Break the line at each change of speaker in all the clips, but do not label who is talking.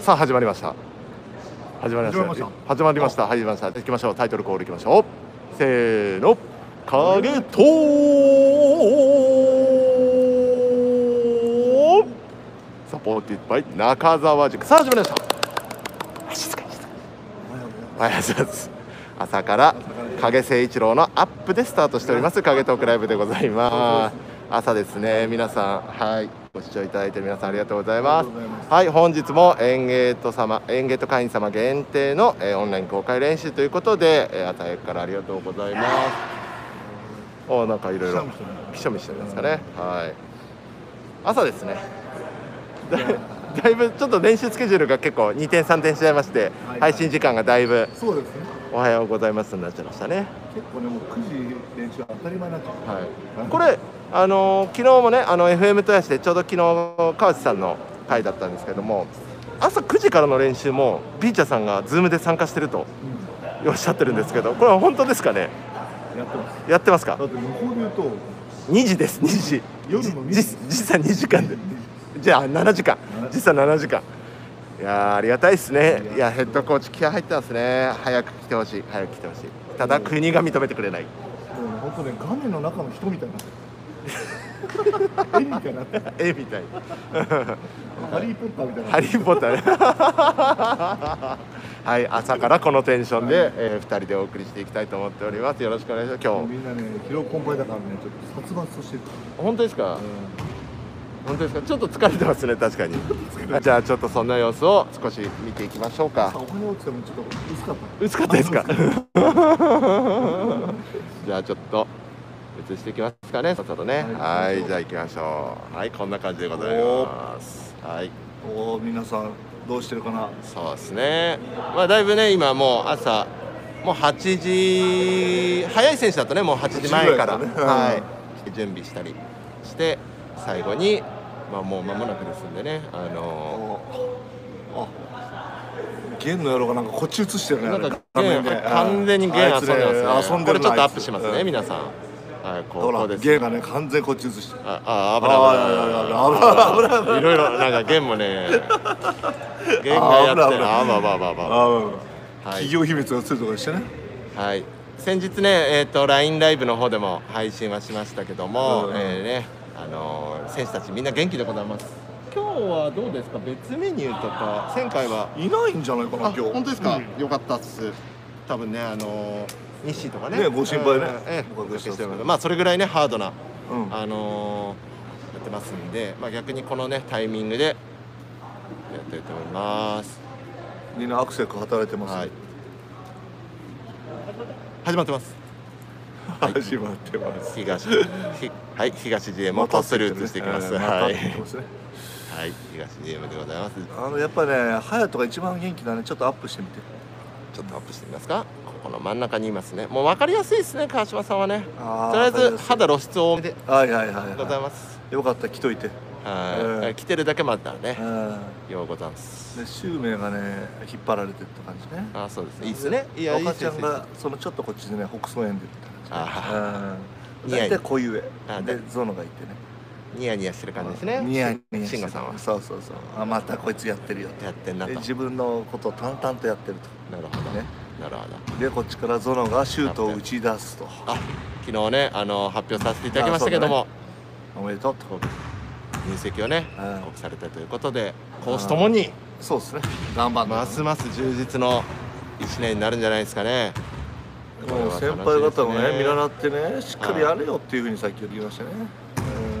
さあ始まりました始まりました始まりました始まりました行きましょうタイトルコールいきましょうせーの影とサポーティッドバイ中澤塾さあ始まりました静かに静かにおはようございます朝から影誠一郎のアップでスタートしております影トークライブでございます朝ですね皆さんはいご視聴いただいてる皆さんありがとうございますはい本日もエンゲート様エンゲート会員様限定の、えーオンライン公開練習ということで、えー、朝早くからありがとうございますおなんかいろいろきしょみしてるんですかねはい朝ですねだだいぶちょっと練習スケジュールが結構2点3点しちゃいまして
はい
配信時間がだいぶ
そうですね。
おはようございますになっちゃいましたね。
結構ね、もう9時練習当たり前になっちゃう。
はい。これあのー昨日もねあの FM 豊橋でちょうど昨日川内さんの回だったんですけども、朝9時からの練習もビーチャーさんがズームで参加してると
う
おっしゃってるんですけど、これは本当ですかね？
んやってます。
やってますか
だ？って向こうで言うと、
2時です2時。
夜の2時
時時差2時間で。じゃあ7時間時差7時間いやーありがたいですねいやヘッドコーチ気合入ってますね早く来てほしい早く来てほしいただ国が認めてくれない
もうね本当ね、画面の中の人みたいになってる。絵みたいになってる。
えみたい
ハリー・ポッターみたいにな
ハ
って
リー・ポッターね はい朝からこのテンションで、え2人でお送りしていきたいと思っておりますよろしくお願いします
る。
今日
みんなね、疲労困憊だからね、ちょっと殺伐としてる。
本当ですか本当ですかちょっと疲れてますね確かにじゃあちょっとそんな様子を少し見ていきましょうか
さお金落ちてもちょっと薄かった。
薄かったです かじゃあちょっと移していきますかねさっさとねは
はいい
じゃあ行きましょうはいこんな感じでございますはい
おお、皆さん、どうしてるかな。
そうですねまあだいぶね今もう朝もう8時早い選手だとねもう8時前から
8時ぐらいからね
はい準備したりして最後にまあもう間もなくですんでねあ
お
の
お。あ。弦の野郎がなんかこっち映してるね。
ーなんか
あれ
ゲン完全にゲン遊んでますねこれちょっとアップします。
あいつね遊んでるなあい
ね
つ
皆さんはいこ
ほ
うこ
ら
う、です
ゲイがね、完全こっち映してる。
ああ
あ
危ない危ない危ない危ないいろいろなんかゲンもねゲンがやってるあばばばば
あうん
はい
企業秘密が映るとかしてね。
はい先日ねえっ、と LINE ライブの方でも配信はしましたけども、
う
え
ん
ーねあのー選手たちみんな元気でございます今日はどうですか別メニューとか前回はい
ないんじゃないかな、
あ
今日。
本当ですか、
うん
よかったっす多分ねあのー日誌とかね
ねご心
う
配ね
んええ
ご確認して
おかけし
ます
てますまあそれぐらいねハードな
うん
あのーやってますんで、まあ、逆にこのねタイミングでやってると思います
みんなアクセル働いてま
は
す
い。始まってます
始まってます。
東ひはい東 GM をこっそり移していきます、
えーまた
は
っ
い、
て言ってますね
はい、東 GM でございます
あのやっぱね、ハヤトが一番元気だね。ちょっとアップしてみて。
ちょっとアップしてみますかここの真ん中にいますねもう分かりやすいですね川島さんはね
あー
とりあえず
わか
肌露出多めで
りやすいはいはいはい
ござい
は
ます
い。よかった、来といて。
は
う
い
ん
来てるだけ待ったらね
うん。
ようございます
で、シュウメイがね、引っ張られてるって感じね。
あそうですねいいですねいやいい
赤
で
ちゃ
す
ん
ね
がそのちょっとこっちでね北総園で
あ
うん
似合い
大体こういう
あ
絵でゾノがいてね
ーニヤニヤしてる感じですね
ニヤニヤ
慎吾さんは
そうそうそうあまたこいつやってるよ
やってんなと
で
なる
自分のことを淡々とやってる
ほど
とね
なるほど
でこっちからゾノがシュートを打ち出すと
あ昨日ねあの発表させていただきましたけども、
おめでとうと
入籍をね
うん
報告されたということで講師ともに
そうですね頑張って
ますます充実の1年になるんじゃないですかね
もう先輩方も
これは楽しみです
ね見習ってねしっかりやれよっていうふうにさっき言いましたね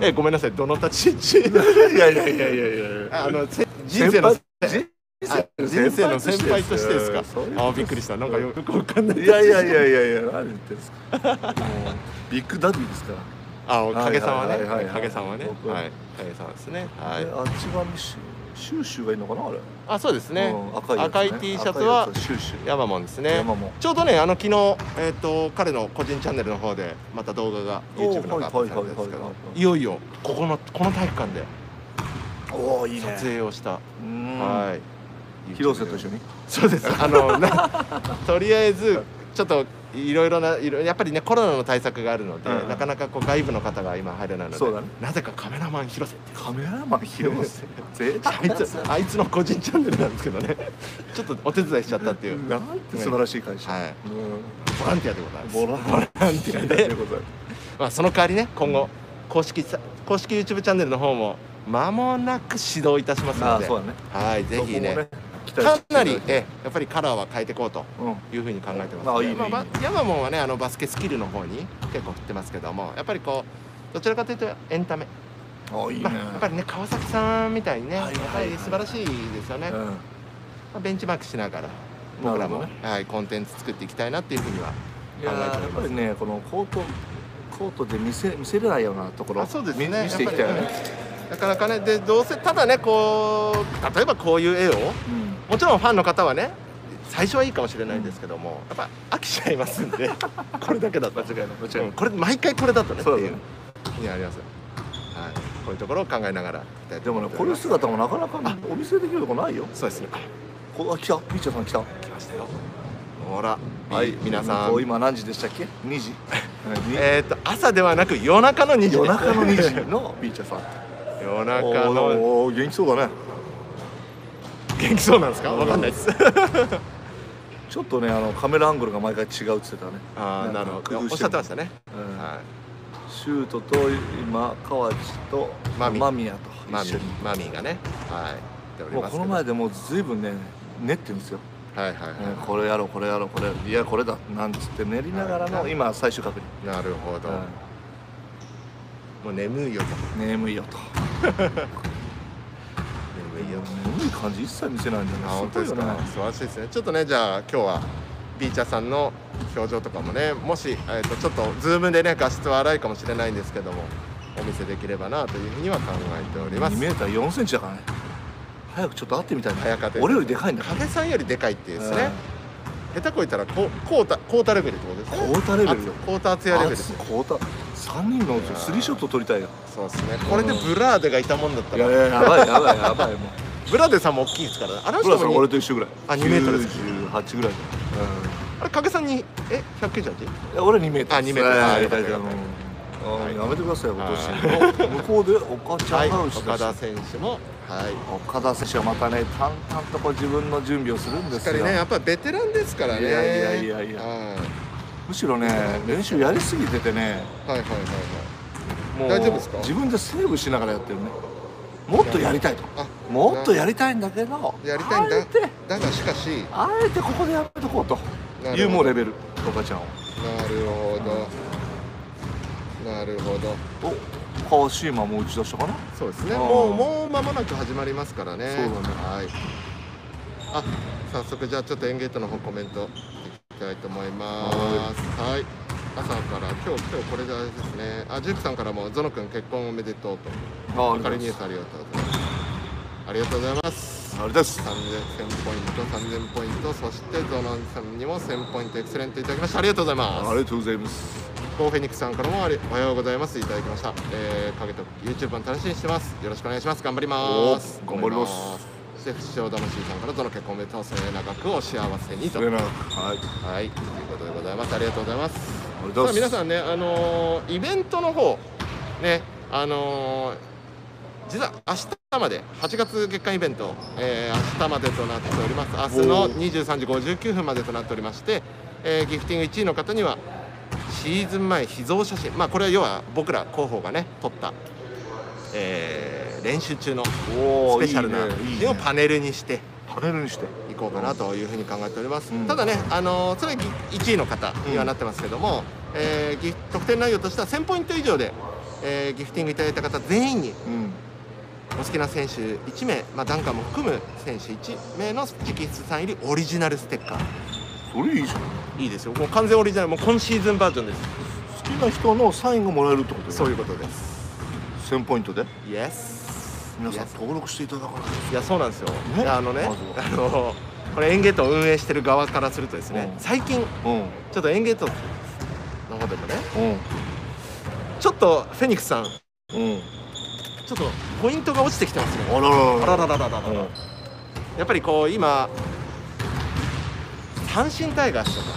うん
えごめんなさいどの立ち位置
いやいやいやいやいや
あのせ人生の
先輩
あ人生の先輩としてですか
そういうこと
あびっくりしたなんかよくわかんない
いやいやいやいやいや、何言ってんですか。 もうビッグダディですから。
あお影さんはね
はいはいはいはい
影さんはね
僕は
はい影さんですねはい
えあっち側にシュシューシューがいいのかな、あれ。
あそうですね
うん赤いやつね
赤い T シャツは
赤いやつシューシュー。
ヤマモンですね
山も。
ちょうどねあの昨日、えー、と彼の個人チャンネルの方でまた動画が
おー
YouTube の方がアップされてるんですけど
はいはいはいはい
いよいよここのこの体育館で
おお、いいね。
撮影をした、
うーん
はい
広瀬と一緒に。
そうですあのな とりあえずちょっといろいろないろやっぱりねコロナの対策があるので、
うんうん
なかなかこう外部の方が今入れないので
そうだね
なぜかカメラマン広瀬っていう
カメラマン広 瀬ぜ
あいつあいつの個人チャンネルなんですけどねちょっとお手伝いしちゃったっていう
なんて素晴らしい会社、
はい
うん
ボランティアでございます
ボランティアでございま
まあ、その代わりね今後公式さ公式 YouTube チャンネルの方も間もなく始動いたします
す
の
あ
で
そうだね
はいぜひね
そこも期待
か
していた
な
だい
り
て
えやっぱりカラーは変えていこうと
うん
いうふうに考えてます
あいいね
まば
いいね
ヤマモンはねあのバスケスキルの方に結構振ってますけどもやっぱりこうどちらかというとエンタメ、
あいいね、
まあ、やっぱりね川崎さんみたいにね、
はいはいはい
やっぱり素晴らしいですよね、
う
ま
ん
あベンチマークしながら僕らも、
なる
はい、コンテンツ作っていきたいなっていうふうにはい
やーやっぱりねこのコートコートで見せ見せれないようなところ
あそうですね
見見せていきたいよ
やっ
ね、
なかなかねでどうせただねこう例えばこういう絵を
うん
もちろんファンの方はね最初はいいかもしれないんですけども、やっぱ飽きちゃいますんで これだけだと
間違いない間違いない
うんこれ毎回これだとねって
そうだ
い
ね
うにあります、はい、こういうところを考えながらやりたい
で
と
も
思
ね
ってお
こ
り
うい
ま
う
す
姿もなかなかお見せできるとこないよ
そうですね
こあ来たピッチャーさん来た
来ましたよほらはい皆さ
こうん今何時でしたっけ2時、
えっ、と朝ではなく夜中の2時です
夜中の2時のピッチャーさん
夜中
おー
の
おー元気そうだね
元気そうなんですかわかんないです
ちょっとねあのカメラアングルが毎回違うっつってたね
ああなるほど
工
おっ
夫
しゃってましたね、
た、うん
はい
シュートと今川地と
マミ
間宮と
マミ
一緒に
マミーがねはいやっており
もう
ますけど
この前でもうずいぶんね練ってるんですよ、
はいはい
うん
は
これやろうこれやろうこれいやこれだなんつって練りながらの、
はい
今最終確認、
いなるほど、もう眠いよと
うん、眠いよと
眠いよと
眠い感じ一切見せないんだよね
あ本当です
ごいよ
か
ね
素晴らしいですねちょっとねじゃあ今日はビーチャーさんの表情とかもねもし、えー、とちょっとズームでね画質は荒いかもしれないんですけどもお見せできればなというふうには考えております
2メーター4センチだからね早くちょっと会ってみたいな
早く会って
俺よりでかいんだから
影さんよりでかいっていうですね、下手こいたらこうこうたこうたレベルってことですね
こうたレベルよ
あコータ厚
うん
やレベル
あ
ですす
こうた3人のうちスリーショット取りたいよ
そうですねこれでブラーデがいたもんだった
い
ら
やいやや ばいやばいやばいもう
ブラデさんも大きいですからねあの
ブラ
人
さん
も
俺
に
と一緒ぐらい
あ2メートルです
98ぐらいだよ
あれ影さんにえ198
いや俺2メートル
あ2メートル
ああ
はい
いたいた
は
う
い
んあ
はい
やめてくださいよ今年向こうで岡ちゃ
は
ん
い
ハウス
岡
だし
田選手もはい
岡田選手はまたね淡々とこう自分の準備をするん
し
で
っ
す
か
よ
りねやっぱりベテランですからね
いやいやいやいや
はい
むしろね練習やりすぎててね
はいはいはいはい
もう
大丈夫ですか
自分でセーブしながらやってるねもっとやりたいと
あ
もっとやりたいんだけど
やりたいんだ
あえて
だがしかし
あえてここでやめとこうと
な
いう
る
も
ほ
う
ど
レベル岡ちゃんを
なるほどなるほど
お川島も打ち出したかな
そうですね
あー
もうもう間もなく始まりますからね
そうだね
はいあ早速じゃあちょっとエンゲートの方コメントいきたいと思いますはい朝から今日今日これであれですねあジュークさんからもゾノ君結婚おめでとうと
あ
明るいニュースありがとうございますありがとうございます
あれです
3000ポイント、3000ポイント、そしてゾノンさんにも1000ポイントエクセレントいただきました。ありがとうございます。
ありがとうございます
コーフェニックスさんからもありおはようございますいただきました。えー、かげと YouTube も楽しみにしてます。よろしくお願いします。頑張ります。
おー頑張ります
す。そして不祥魂さんからゾノ結婚おめでとう。末永くお幸せにと。
末永くはい
はい、ということでございます。ありがとうございます。
ありがとう
さ
ご
あ皆
ざいます
さんね、あのーイベントの方ね、あのー実は明日まで8月月間イベント、えー明日までとなっております。明日の
お
23時59分までとなっておりまして、えーギフティング1位の方にはシーズン前秘蔵写真、まあこれは要は僕ら広報がね撮った、えー練習中のス
おー
ペシャルな写
いいねい
真
い
を
ね
パネルにして。
パネルにして
行こうかなというふうに考えております、
うん
ただね、あのーそれは1位の方にはなってますけども、えーギフ得点内容としては1000ポイント以上で、えーギフティングいただいた方全員に
うん
お好きな選手1名、まあ、ダンカーも含む選手1名の直筆サイン入りオリジナルステッカー
それいいじゃん
いいですよもう完全オリジナルもう今シーズンバージョンです
好きな人のサインがもらえるってこと
そうういうことです
1000ポイントで
イエス
皆さん
いや
登録していただかない
いやそうなんですよ
え
いやあのね、
まずは
あのーこれエンゲートを運営してる側からするとですね、
うん
最近
とうん
ちょっとエンゲートの方でもね
うん
ちょっとフェニックスさん
うん
ちょっとポイントが落ちてきてますね。
あら
あらら
らら
らららら
うん
やっぱりこう今三振タイガースと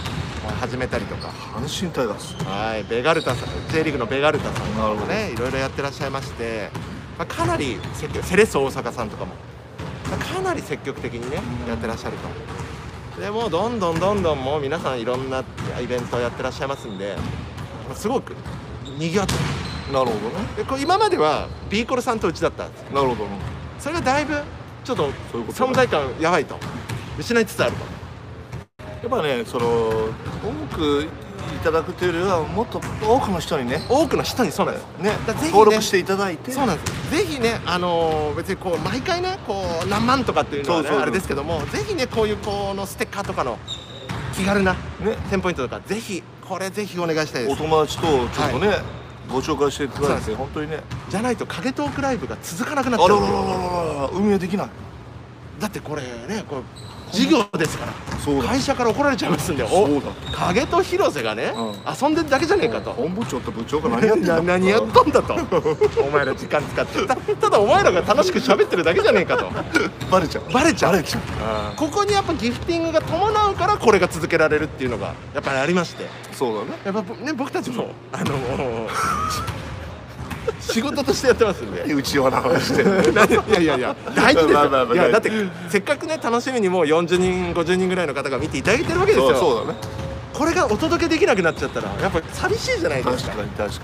か、始めたりとか
阪神タイガース
はいベガルタさん J リーグのベガルタさん
な
と
るほ
か
ど
ねいろいろやってらっしゃいまして、まあ、かなり積極セレッソ大阪さんとかも、まあかなり積極的にね
うん
やってらっしゃるとでもうどんどんどんどんもう皆さんいろんなイベントをやってらっしゃいますんでまあすごく賑わってる
なるほどね
でこう今まではビーコルさんとうちだったんです
なるほどね
それがだいぶちょっと
そういうこと
存在感やばいと失いつつあると
やっぱねその多くいただくというよりはもっと多くの人にね
多くの人にそうなんです
ね
だからぜひね
登録していただいて
そうなんですぜひね、あのー別にこう毎回ねこう何万とかっていうのは、ね、
そうそうそう
あれですけどもぜひねこういうこのステッカーとかの気軽な
ね
テンポイントとかぜひこれぜひお願いしたいで
お
す
友達とちょっとね、ご紹介していた
そう
だ
ないんです
て本当にね
じゃないと影トークライブが続かなくな
あ
っちゃ
らら
う
らららら運営できない
だってこれねこれ事業ですから
そうだ
会社から怒られちゃいますんで
そう
お
だ
影と広瀬がね、
う
遊んでるだけじゃねえかと、
本部長と部長が何やってんだ
な 何やったんだとお前ら時間使ってたただお前らが楽しく喋ってるだけじゃねえかと
バレちゃう
バレちゃう
バレちゃう
ここにやっぱギフティングが伴うからこれが続けられるっていうのがやっぱりありまして
そうだね
やっぱぼね僕たちもあのもう 仕事としてやってますんで
うちわな話 してる
なん でいやいやいや大事です
まあまあま
よ
あ
いやだってせっかくね楽しみにもう40人50人ぐらいの方が見ていただいてるわけです
そう
よ
そうだね
これがお届けできなくなっちゃったらやっぱ寂しいじゃないで
確
すか
かに確か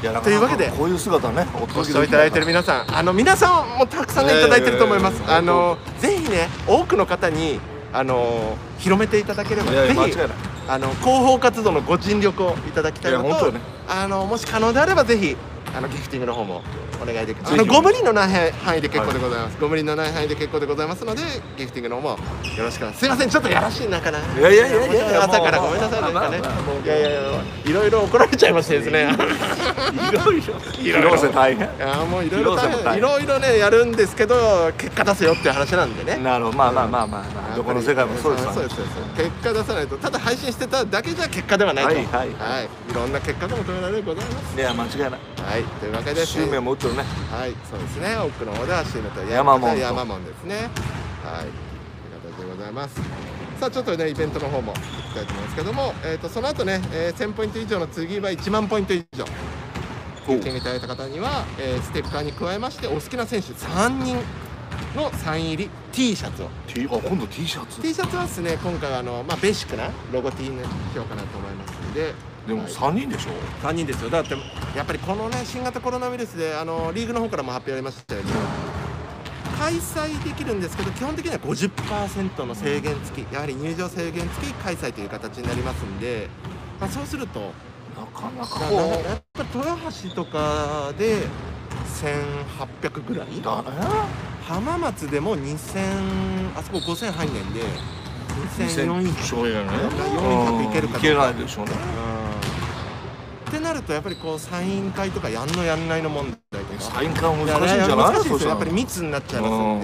にいや
というわけで
こういう姿ねお
ご
届
視
け
聴
で
い
きな
ただいてる皆さん、あの皆さんもたくさんねいただいてると思います
い。や
あ
いやいや
のぜひね、多くの方にあの広めていただければ、
いやい
ぜ
や間違い
ひ
ない
あの広報活動のご尽力をいただきたいの
いや本
と、
当ね
あのもし可能であればぜひあのギフティングの方もお願いできます。あ
ぜ
の
ひ
ご無理のない範囲で結構でございます。ご無理のない範囲で結構でございますので、ギフティングの方もよろしくお願いします。すいません、ちょっとやらしいなかな。
いやいやいやいや
朝から
も
ご
う
めんなさいなんかね
まあまあま。あ
いやいやいや、いろいろ怒られちゃいましてですね。
い広瀬大変
いやーもういろいろ
広
大
瀬も
変
大変
いろいろねやるんですけど結果出せよっていう話なんでね
なるほどまあまあまあまあまあどこの世界もそうですわ
そうですそうです結果出さないとただ配信してただけじゃ結果ではないと
はいはい
はい、いろんな結果が求められるございます
いや間違いない
はいというわけで
執念も打ってるね
はいそうですね奥の方ではシームと
山門と
山門ですねはいという形でございますさあちょっとねイベントの方も行きたいと思いますけども、えー、とその後ね、えー1000ポイント以上の次は1万ポイント以上
おう
来ていただいた方には、えーステッカーに加えましてお好きな選手3人のサイン入り T シャツを
T あ今度 T シャツ
T シャツはですね今回はあの、まあ、ベーシックなロゴ T にしようかなと思いますんで
でも
はい
三人でしょ
3人ですよだってやっぱりこのね新型コロナウイルスであのリーグの方からも発表ありましたように開催できるんですけど基本的には50%の制限付きやはり入場制限付き開催という形になりますんで、まあ、そうすると
なかなか
なな
こ
やっぱ豊橋とかで1800ぐらいう
だね
浜松でも2000あそこ5000入んねんで2400
2000そうやね
400いけるかどうか
いけないでしょうね
ってなるとやっぱりこうサイン会とかやんのやんないの問題とか
サイン感難しいんじゃない
や難しいですよ
そう
やっぱり密になっちゃいますん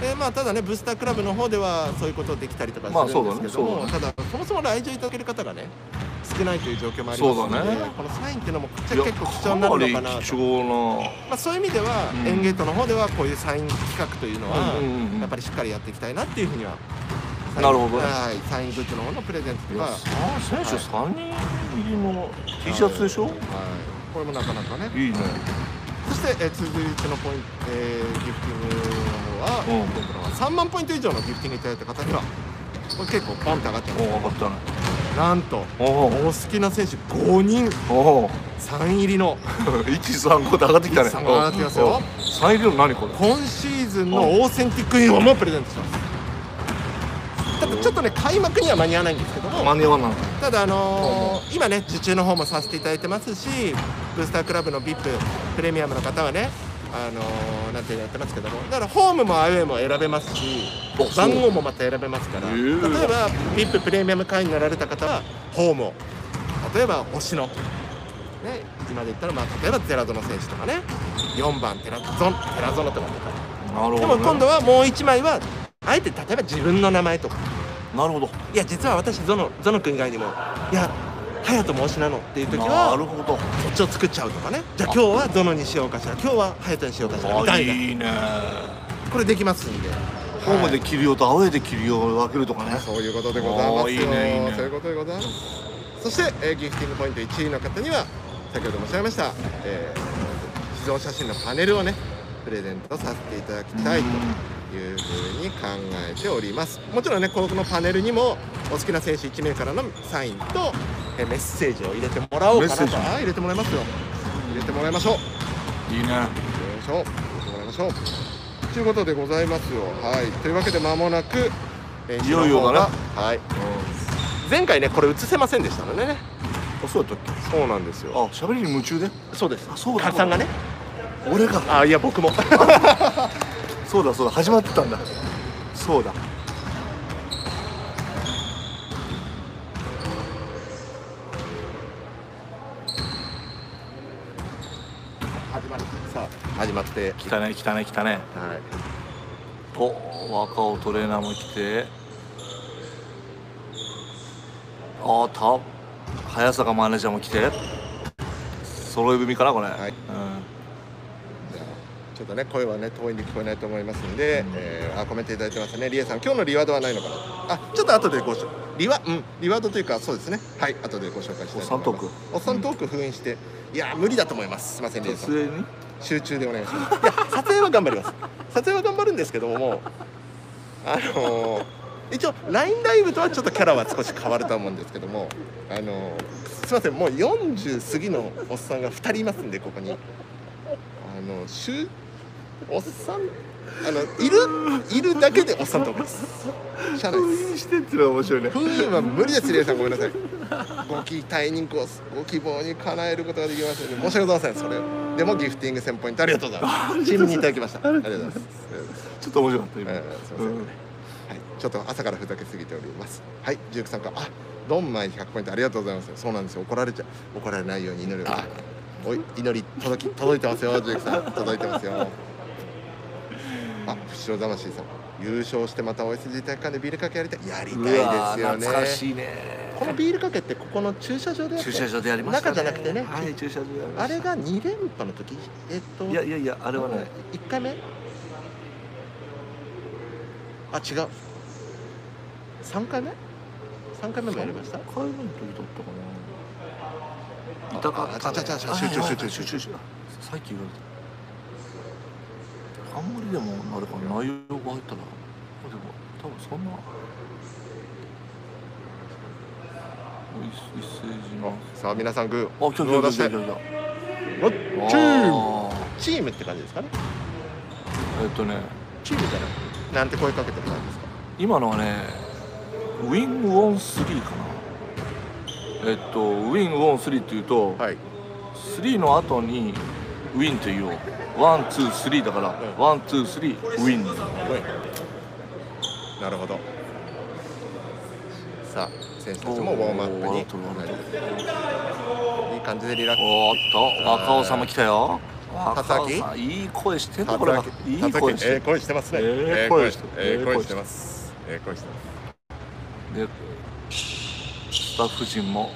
ででまあただねブースタークラブの方ではそういうことできたりとか
まあ
するんですけども、
そうだね
ただそもそも来場いただける方がね少ないという状況もありますの
そう
で、
だね
このサインっていうのも
いや
結構貴重になるのかな
かな
と
り貴重な
まあ、そういう意味では、
うん
エンゲートの方ではこういうサイン企画というのは、
うんうんうん
やっぱりしっかりやっていきたいなっていうふうには
なるほどね
はいサイングッズの方のプレゼント
い
と
や
か、
選手3人入りの T シャツでしょ
はい、これもなかなかね
いいね
そして、えー続いてのポイント、えーギフティングの方は、
うん
ポイントの方は3万ポイント以上のギフティングいただいた方にはこれ結構ポンって上がってま
おお分かったね
すなんと
お
お好きな選手5人
おおお
サイン入りの
135で上がってきたね
135上がってきますよ
3入りの何これ
今シーズンのオーセンティックインフォもプレゼントしますただちょっとね開幕には間に合わないんですけども
間に合わない
ただあのー今ね受注の方もさせていただいてますしブースタークラブの VIP プレミアムの方はねあのーなんてやってますけどもだからホームもアウェーも選べますし
あそう
番号もまた選べますから
へ
例
ー
えば VIP プレミアム会員になられた方はホームを例えば推しの、ね、今で言ったら、まあ、例えばゼラドの選手とかね4番テラゾンテラゾノとか出た
なるほどね
でも今度はもう1枚はあえて例えば自分の名前とか
なるほど
いや実は私ゾノゾノ君以外にもいや隼人も推しなのっていう時
なる
は
ほど
こっちを作っちゃうとかねじゃあ今日はゾノにしようかしら今日は隼人にしようかしらみ
あ
たいない
いね
これできますんで
ホームで切りようとアウェーで切りようを分けるとかね
そういうことでございますよ
おーいいねいいね
そういうことでございますそして、えーギフティングポイント1位の方には先ほど申し上げました、えー秘蔵写真のパネルをねプレゼントさせていただきたいというふうに考えておりますもちろんねこのパネルにもお好きな選手1名からのサインと、えーメッセージを入れてもらおうかな
メッ
と
セージ
あー入れてもらいますよ入れてもらいましょう
いいね
よいしょ、もらいましょう。ということでございますよ。はい、というわけで間もなく、え
いよいよだな
はい。前回ね、これ映せませんでしたのでね。
あそうやったっけ
そうなんです
あ。喋りに夢中で
そうです
あそうだ
かさんがね。
俺が
あ、いや、僕も。
そうだそうだ始まってたんだそうだ
始まる。さあ、始まって。
来たね来たね来たね
はい。
お若尾トレーナーも来てああた早坂マネージャーも来て揃い踏みかなこれ、
はい
うん
じゃあちょっとね、声はね、遠いんで聞こえないと思いますんで、えーあ、コメントいただいてますね。リエさん、今日のリワードはないのかなあ、ちょっと後でご紹リワ、うん、リワードというか、そうですね。はい、後でご紹介したいと思います。お
お
っ
っ
さ
さ
ん
ん
ト
ト
ーク封印して、いやー、無理だと思います。すいません、リエさん
突。然に
集中でお願いします。いや、撮影は頑張ります。撮影は頑張るんですけども、もうあのー一応 LINE ライブとはちょっとキャラは少し変わると思うんですけども、あのーすみません、もう40過ぎのおっさんが2人いますんでここに、あのしゅおっさんあのいるいるだけでおっさんと思います。しゃあないです。
封印してっていうのは面白いね
封印は無理です、レイさん、ごめんなさい。ご期待にこう、ご希望に叶えることができませんで、申し訳ございません、それ。でも、ギフティング1000ポイントありがとうございます。チームにいただきました。ありがとうございます。
ちょっと面白かった
え
今、
ーすいません。
う
はい、
ん
ちょっと朝からふざけすぎております。はい、ジュークさんから、あ、ドンマイ100ポイントありがとうございます。そうなんですよ、怒られちゃう、怒られないように祈る。おい、祈り、届き、届いてますよ、ジュークさん、届いてますよ。あ、不死鳥魂さん。優勝してまた OSG 体育館でビールかけやりたいやりたいですよね
うわー懐かしいね
このビールかけってここの駐車場でやって
駐車場でやりました、ね、
中じゃなくてね
はい駐車場でやりました
あれが2連覇の時えっと
いやいやいやあれはね
1回目あ違う3回目3回目もやりました
3回目の時だったかな痛かったね
あちゃちゃちゃ集中
あ
集中
集中集中さっき言われたあんまりでもあれかな内容が入ったらでも多分そんな一一斉じのあ
さあ皆さんグ
今日
ー
今
出
日
して
今日今
お
日
チーム
あ
チームって感じですかね
ーえっとね
チームじゃなくてなんて声かけてもらうんですか
今のはねウィングオン3かなえっとウィングオン3っていうと、
はい
3の後にウィンと言おうワンツースリーだから
うん
ワンツースリーウィン
なるほどさあ選手たちもウォームアップにいい感じでリラックス
おーっと若尾様来たよ
叩
若尾
き
さんいい声してん
た
だ
こ
こ
れ
れ
は
はいい声して
ええ声してますね。
ええ声して
ええ声してます。ええ声してます。
でスタッフ陣も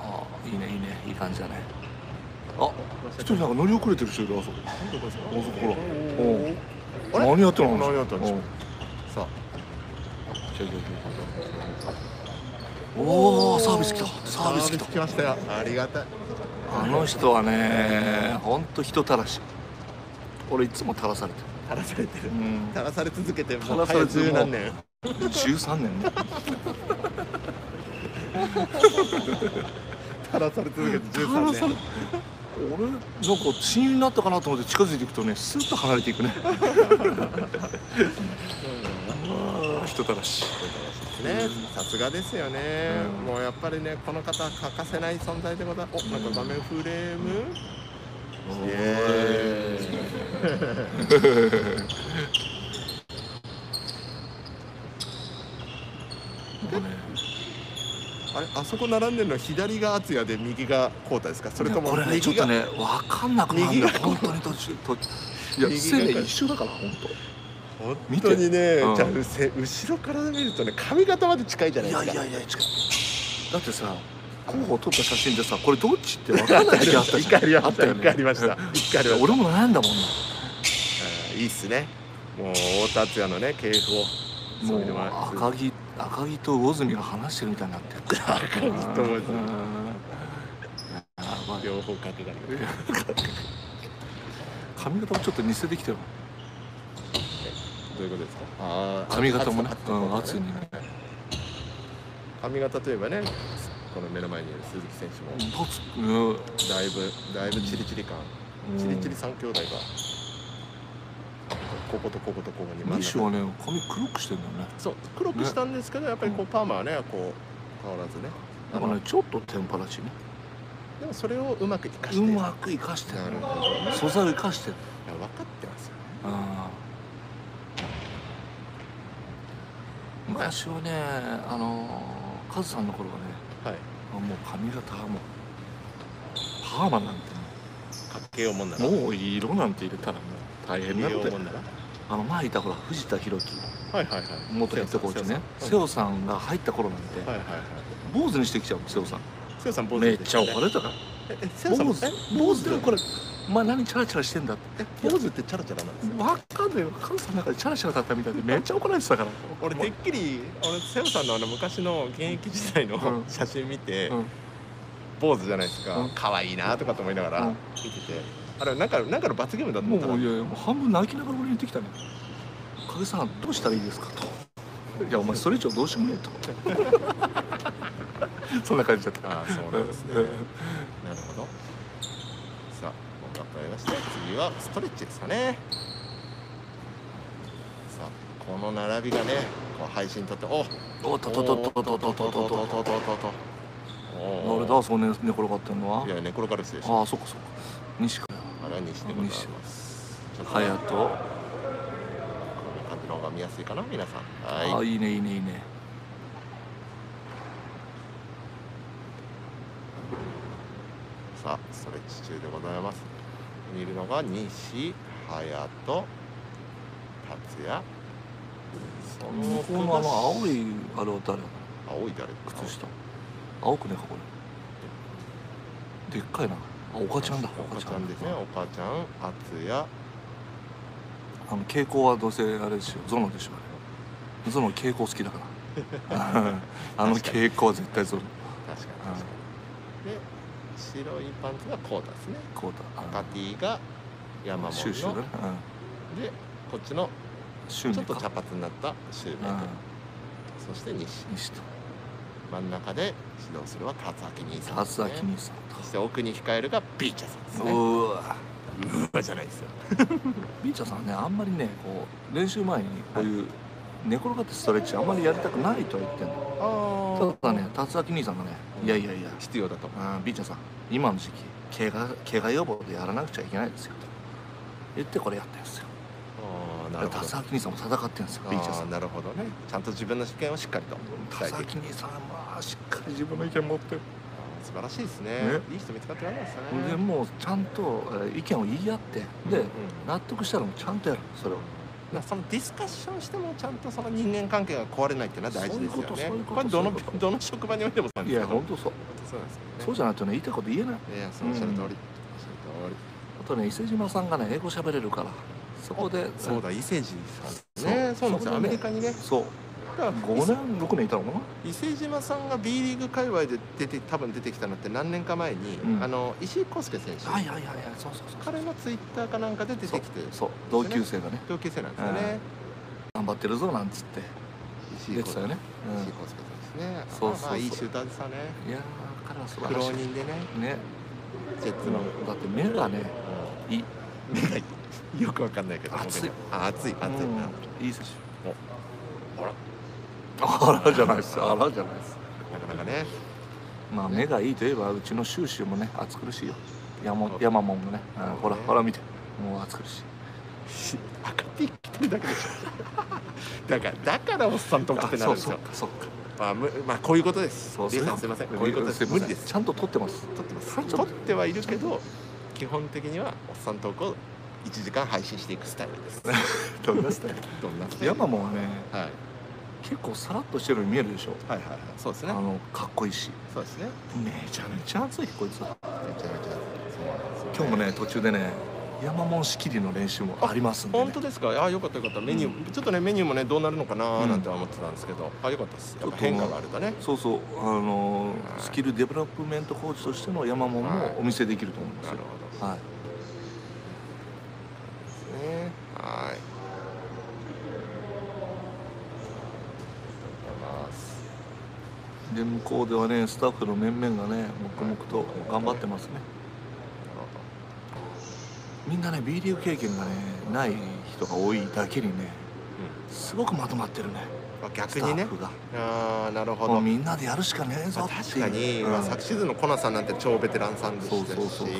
あーいいねいいねいい感じだねあ一人なんか乗り遅れてる人いるあそこあそこほ
あ
ら
れ
おう何やってるの
何やってんの
おう
さあ、
来た来た来たおおサービス来たサービス来た
来ましたよ。ありがたい。
あの人はね、ほんと人たらし。俺いつもたらされて
垂らされてる
る。う。ん
垂らされ続けてもう
垂らされ続け
十
て
何年。
13年ね。
垂らされ続けて十
た
三
らされ
年。
俺、なんか親友になったかなと思って近づいていくとね、スッと離れていくね。あー人たらし。
ね、さすがですよね。もうやっぱりね、この方は欠かせない存在でございます。お、なんか画面フレーム。イ エ
もうね
あれ、あそこ並んでるの左が敦也で右がコウタですか。それとも
これね、ちょ
右
っと
が
ね、わかんなくなるん
右
だ
が
よ。本当に途中、途中。いや、
右
せ
が
いね一緒だから、本当。
本当にね、
うん
じゃあうせ後ろから見るとね髪型まで近いじゃない
い
です
や
か
いやいや違うだってさ候補を撮った写真でさこれどっちって分か んない時あった
一
じ
回
ゃん
ありま
あ
し
ったた
一
よ
回あり
ね
ました一回ありました
俺も悩んだもん
あーいいっすねもう太田敦也のね系譜をそ
も
れで
う
は
赤木赤木と魚住が話してるみたいになってる赤木
と魚住
住
両方かけたり
髪型もちょっと似せてきてる
どういうことですかあー
髪型もね
厚
うん厚いに
髪型といえばねこの目の前にいる鈴木選手も
パツうん
だいぶだいぶチリチリ感、チリチリ三兄弟がこことこことここに真ん
ミッシュ
中
はね髪黒くしてんだよね
そう黒くしたんですけど、やっぱりこうパーマはねこう変わらずね
だからねちょっとテンパらしいね
でもそれをうまく生かして
うまく生かして
なる
る
ほどねいや
素材を生かしてる
分かってますよね
あー昔はねあのーカズさんの頃はね
はい
あもう髪型はもうパーマなん
かっけようもんな
て
ら
もう色なんて入れたらもう大変
見
なの
よう
で
もんなら
あの前いたほら藤田弘樹
はいはいはい
元ヘッドコーチね
瀬
瀬尾さんが入った頃なん
尾さんは
て
いはいはい
坊主にしてきちゃうの瀬尾さん
瀬尾さん坊主
め
で
っ
すね
ちゃ怒られたから
ええ瀬尾さん
坊
も
主
え
坊
坊主
主
で
でも
こ
こ
れ
れお前何チャラチャラしてんだって
え坊主ってチャラチャラなんですよ
わかんないよ関西の中でチャラチャラだったみたいでめっちゃ怒られてたから
俺てっきり俺瀬尾さんのあの昔の現役時代の
うん
写真見て、
うん
坊主じゃないですか、
うん
可愛いなとかと思いなが
う
ら
ん
見てて、あれなんかなんかの罰ゲームだと
も
思ったら
ういやいやもう半分泣きながら俺に言ってきたね「影さんどうしたらいいですか?」と「いやお前それ以上どうしようもねえ」と そんな感じだった
ああそうなんですね
うん
なるほどさあ音楽をやりまして次はストレッチですかねさあこの並びがねこう配信にとっておっ
おっとっとっとっとっとっとっとっとっと
と
あれだそうね寝転がってんのはい
や寝転がるしでしょ
ああそっかそっか西川
あれは西でございますちょっと
隼人
こういう感じの方が見やすいかな皆さんはい
ああいいねいいねいいね
さあストレッチ中でございます見るのが西隼人達也そ
向こう
奥
の
が
あの青いあれは誰
青い誰
靴下青くねえかこれでっかいなあおかちゃんだ
お
お
か
か
ち
ち
ゃ
ゃ
ん
ん
ですねおかちゃん敦也
あの傾向はどうせあれでしょゾノでしょあれゾノ傾向好きだから あの傾向は絶対ゾノ
確かに確かにで白いパンツがこうですね
こうだ
カティが山本
あのシューシューだね
でこっちの
うんシ
ち
ュ
ょ
ー
っ
メ
と
か
茶髪になったシュウメイ
うん
そして西
西と
真ん中で指導するは勝明兄さんです
達
ね
明兄さん
そして奥に控えるがビーチャさんです
と
ね
うわ
うわじゃないですよ
ビーチャーさんはねあんまりねこう練習前にこういう寝転がってストレッチあんまりやりたくないとは言ってんの
あ
ただね達明兄さんがねいやいやいや
必要だと
うんビーチャーさん今の時期怪我怪我予防でやらなくちゃいけないですよと言ってこれやったんですよ
ああなるほ
達
ど
明兄さんも戦ってるんですよビーチャー
あ
さ
ー
ん
なるほどねちゃんと自分の試験をしっかりと
田
伝えていく
崎兄さんはしっかり自分の意見持って
素晴らしいですね
ね
いい人見つかってないですね
でもうちゃんとえー意見を言い合ってで
うん
納得したらもうちゃんとやるそれを
まあそのディスカッションしてもちゃんとその人間関係が壊れないっていうのは大事ですよ
そういうことそうい
ね
うこと
これどの
そういうこと
どの職場においてもそうなん
い
です
や
けど
本当そう
そうなんです
そうじゃないとね言いたいこと言えない
よねいやそのおっしゃる通りおっしゃる通り
あとね伊勢島さんがね英語喋れるからそこで
そうだ伊勢路さんねそうなんですよアメリカにね
そう
だから
5年6年いたのかな
伊勢島さんが B リーグ界隈で出て多分出てきたのって何年か前に、
うん
あの石井康介選手、
はいはいはいはいそうそうそう
彼のツイッターかなんかで出てきて
そう同級生がね
同級生なんですよね、
頑張ってるぞなんつって
石井
出
康介
てたよね
石井康介選手ですね
そうそうそう
まあまあいいシューターでしたね
うんいやー彼は素
苦
晴らし
労人でね
いね
ジェッツの、
だって目がねいい
目が よくわかんないけど
熱い
あ熱い熱い、あ
いい選手
ほら
あらじゃないですあらじゃないです
なかなかね
まあ目がいいといえばうちのシューシューもね暑苦しいよ山山もんもね、うんほらほら見てもう暑苦しい
赤ピン着てるだけでし ょだからだからおっさんとかってなるんですよ
あそうそうか
まあ、むまあこういうことです
そうか
レイ
そ
さ
うん
すいませんこういうことです
いま
無
せん
理です
ちゃんと撮ってます
撮ってます
はいちょっ
撮
と
ってはいるけど基本的にはおっさん投稿1時間配信していくスタイル です
撮りましたよ
どんなスタイル
山もんはね
はい、はい
結構さらっとしてるように見えるでしょ
はいはいそうです
あ
ね
のかっこいいし
そうですね
めちゃめちゃ暑いこいつは
めちゃめちゃそうなんですよ
今日もね途中でね山門仕切りの練習もありますんで、ね、
本当ですかああよかったよかったメニュー、ちょっとねメニューもねどうなるのかな
うん
なんて思ってたんですけど、あよかったですやっぱ
ちょっ
変
と
化があるとね
そうそうあのースキルデベロップメントコーチとしての山門
はい
もお見せできると思うんです
な
よ
る、ほ
はい、
どですねはーいありがとうございます
で向こうではねスタッフの面々がね黙々と頑張ってますね
なるほど
みんなね B リーグ経験がねない人が多いだけにね、すごくまとまってるね
まあ
ス
逆
タ
に
ッ
ね
フが、
ああなるほ
も
ど
うみんなでやるしかねえ
ま
ぞ
あ
って
確
いう
かに、
うん
まあ、昨シーズンのコナさんなんて超ベテランさんでし
そうそう
たし
そうそう
みん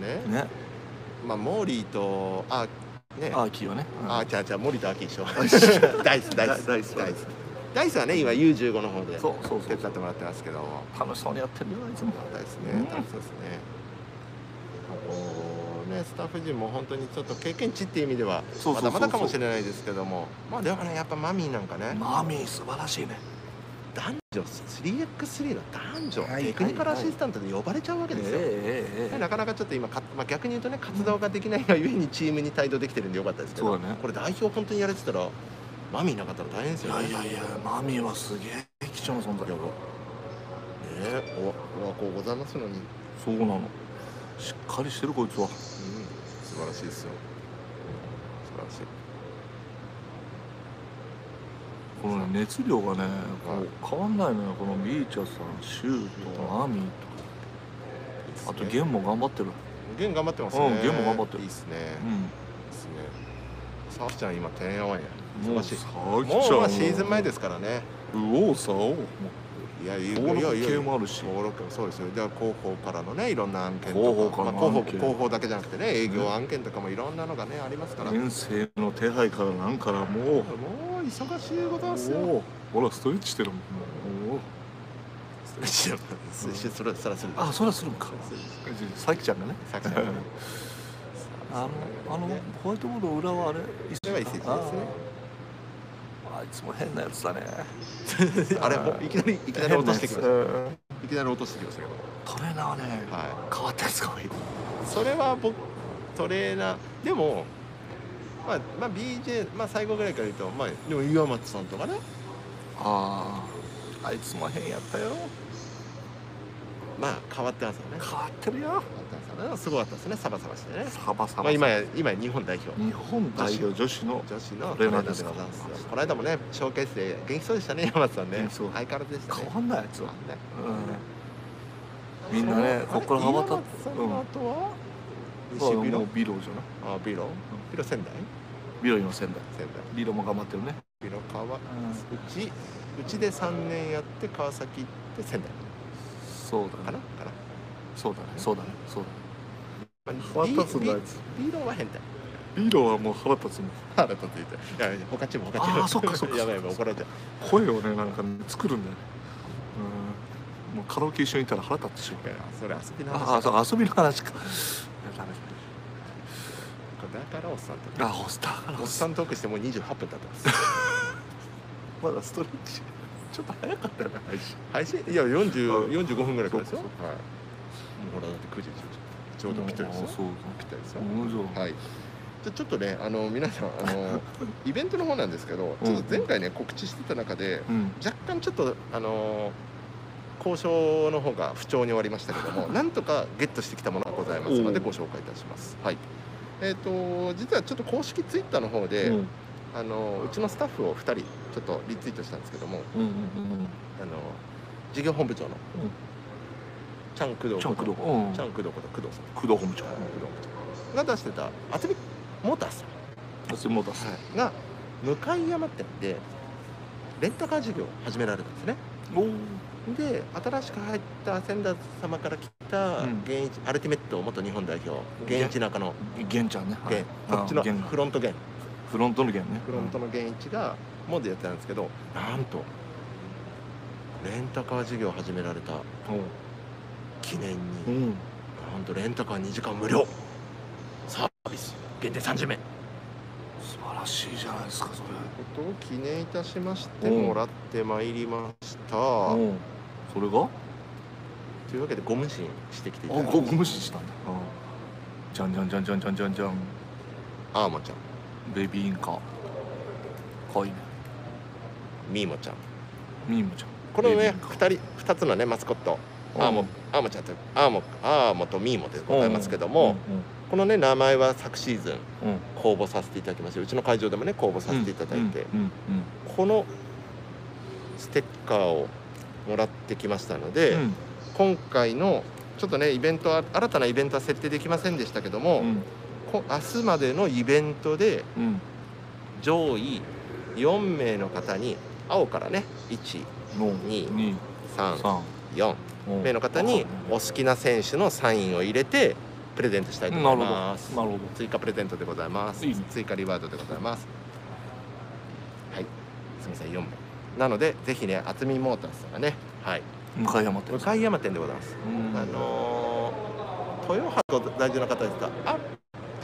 なね、
ね
まあ、モーリーとあね
アーキーはね、うん
あじゃあじゃあ森田明一 緒ダイスダイスダイス
ダイス
ダイスダイスはね今 U15 の方で
そうそうそ
手
う
伝ってもらってますけども
楽しそうにやってるよあいつも
ダイス
うん
ね楽しそうですねこうねスタッフ陣も本当にちょっと経験値っていう意味では
そう
ま
そ
だ
うそうそう
まだかもしれないですけどもまあでもねやっぱマミーなんかね
マミー素晴らしいね
男女 3x3 の男
は
女
いはい
テクニカルアシスタントで呼ばれちゃうわけですよ、
えええええ
なかなかちょっと今か、まあ、逆に言うとね活動ができないがゆえにチームに帯同できてるんでよかったですけ
そ
ど、
うだね
これ代表本当にやれてたらマミーなかったら大変です
えい
よ
や
ね
いやいやマミーはすげえ貴重な存在
やばねえおお和光ございますのに、うん、
そうなのしっかりしてるこいつは
素晴らしいですよ素晴らしい
このね熱量がね
は
こ
いう
変わんないのよこのビーチャーさんシュートマミーとかあとゲンも頑張ってる
ゲン頑張ってますね
うんゲンも頑張ってる
いいっすね、
う
いい
ん
っすねサーフちゃん今てんやわんや素晴
も
ら
う
しい
さ
も
きち
う
ゃん
まあシーズン前ですからね
右往左往も
いやいいういやい
登
や
録系もあるし
登録そうですよで広報からのねいろんな案件とか
広報か
まあ、
らの
広
案
報
件
広報だけじゃなくてね営業案件とかもいろんなのがねありますから、も
遠征の手配からなんからもう
う忙しいことですよ
おおほらストレッチしてるもんおお
それそれそれそれ
あそれはするのかさきちゃんがね
さっきのね
あのあの
ね
ホワイトボードの裏はあれ
それは一説
ああいつも変なやつだね
ですねあれもういきなりいきなり落としてきまし
変
た
なやつ
いきなり落としてきましたけ
トレーナーはね
どは
変わったやつが多い
いそれは僕トレーナーでもまあ、まあ、BJ、まあ、最後ぐらいから言うと、まあ、でも岩松さんとかね
あああいつも変やったよ
まあ変わってますよね
変わってるよ
変わってますよねすごかったですねサバサバしてね
サバサバ
まあ、今や今や日本代表
日本代表女子の
女子の
トレーナーです
ト
か
レこの間もねショーケースで元気そうでしたね山田さんね
元気そう
相変わらずでしたね
変わんないやつは
ね
うんみんなねこっから羽ばた
っその後は、
うん
西ビ
も
ロ
うビロじゃない
あビロビロ仙台
ビロ今仙台
仙台
ビロも頑張ってるね
ビロ川うちうちで三年やって川崎行って仙台
そう
か
だ
な
ね
かな、
そうだねそうだねそうだね
ま
腹
ビ
立つんだあいつ
ビビロは変態
ビロはもう腹立つの
腹立ついていやいや他チーム他チーム
あーそっかそっか
やばいやばい怒られちゃう
声をねなんかね作るんだよねうんもうカラオケ一緒にいたら腹立ってしま
いやそれ遊びの
う
話
ああそう遊びの話かいやダメ
だからおっさんと
だあホスター
おっさんトークしてもう28分経ってます
まだストレッチちょっと早かったよね配信
配信いや40 45分ぐらいからですよ。
そ
は
う
い。もうほらだって9時ちょうどぴったりですよ
あ。そうだ
ぴったりですよ。
うんそう
はい。じゃあちょっとねあの皆さんあ のイベントの方なんですけど、ちょっと前回ね告知してた中で
うん
若干ちょっとあの交渉の方が不調に終わりましたけど も、なんとかゲットしてきたものがございますので
おう
ご紹介いたします。はい。えっ、と実はちょっと公式ツイッターの方で、
うん
あのうちのスタッフを2人ちょっとリツイートしたんですけども、
うんうん
あの事業本部長の、
うん
チャン工
う
藤
んチャン
こ
ク
と
ドうん
チャン工藤こと工藤さん
工藤本部
工藤本部
長
長が出してた熱海モーターさん、
私も出す
が向山店でレンタカー事業を始められたんですね
おお
で新しく入った千田様から来た
うん
現一、アルティメット元日本代表
げ
現一中の
玄ちゃんねはい
現こっちの
あ玄
フロント現
フロントの玄ね
フロントの現一がモンでやってたんですけどなんとレンタカー事業を始められた記念に、
うんうん
なんとレンタカー2時間無料サービス限定30名
素晴らしいじゃないですかそれ
ことを記念いたしまして
うん
もらってまいりました
うんそれが
というわけでご無心してきていただ
あ
きま
ご
し
無視したんだじゃんじゃんじゃんじゃんじゃんじゃんじゃん
アーモちゃん
ベビーインカかわいいね
ミーモちゃん
ミームちゃん
この
ベ
ね
ビーインカ
2人二つのねマスコット
うん
アーモアーモちゃんとアーモアーモとミーモでございますけども、
う
このね名前は昨シーズン
んうんうん
公募させていただきましてうちの会場でもね公募させていただいて、
うんうん
このステッカーをもらってきましたの
う
で、
んうん
今回のちょっとねイベントは新たなイベントは設定できませんでしたけども、
うん
こ明日までのイベントで
うん
上位4名の方に青からね
の
二
二
134
三うん
名の方にお
わ
好きな選手のサインを入れてプレゼントしたい
か
と
んない
思い
なるほどな
ます。
るほど
追加プレゼントでございます
いいね
追加リワードでございますはいすみません4名なのでぜひね渥美モータースさんがねはい
向山って
向山店でございます、
うん
あのー豊橋在住の方ですとあ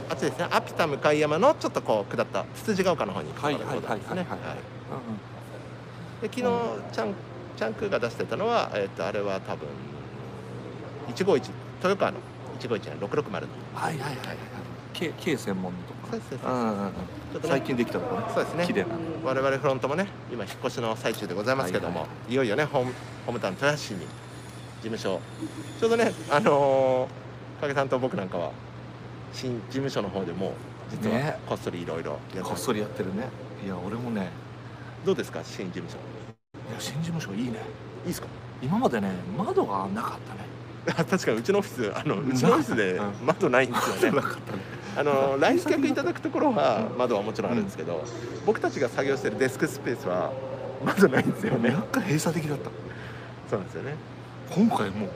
あっちですねアピタ向山のちょっとこう下ったつつじが丘の方に行くところでございますね
はいはいはいはい
で昨日チャンチャンクが出してたのは、えっとあれは多分151豊川の151の660の
はいはいはいはい K, K 専門のとこ
そうですね
うんうんうん
ちょっとね
最近できたとこね
そうですね
綺麗な
我々フロントもね今引っ越しの最中でございますけども、
はいい
よ
は
いよねホームホームタウン豊橋市に事務所ちょうどねあのー、影さんと僕なんかは新事務所の方でもう実は
ね
こっそりいろいろやって
こ
ま
っ
す
そりやってるねいや俺もね
どうですか新事務所
いや新事務所いいね
いいですか
今までね窓がなかったね
確かにうちのオフィスあの
うん
うちのオフィスで
うん
窓ないんですよね
なかったね
あのー来客いただくところは窓はもちろんあるんですけど、僕たちが作業してるデスクスペースは窓ないんですよね
なんか閉鎖的だった
そうなんですよね
今回もう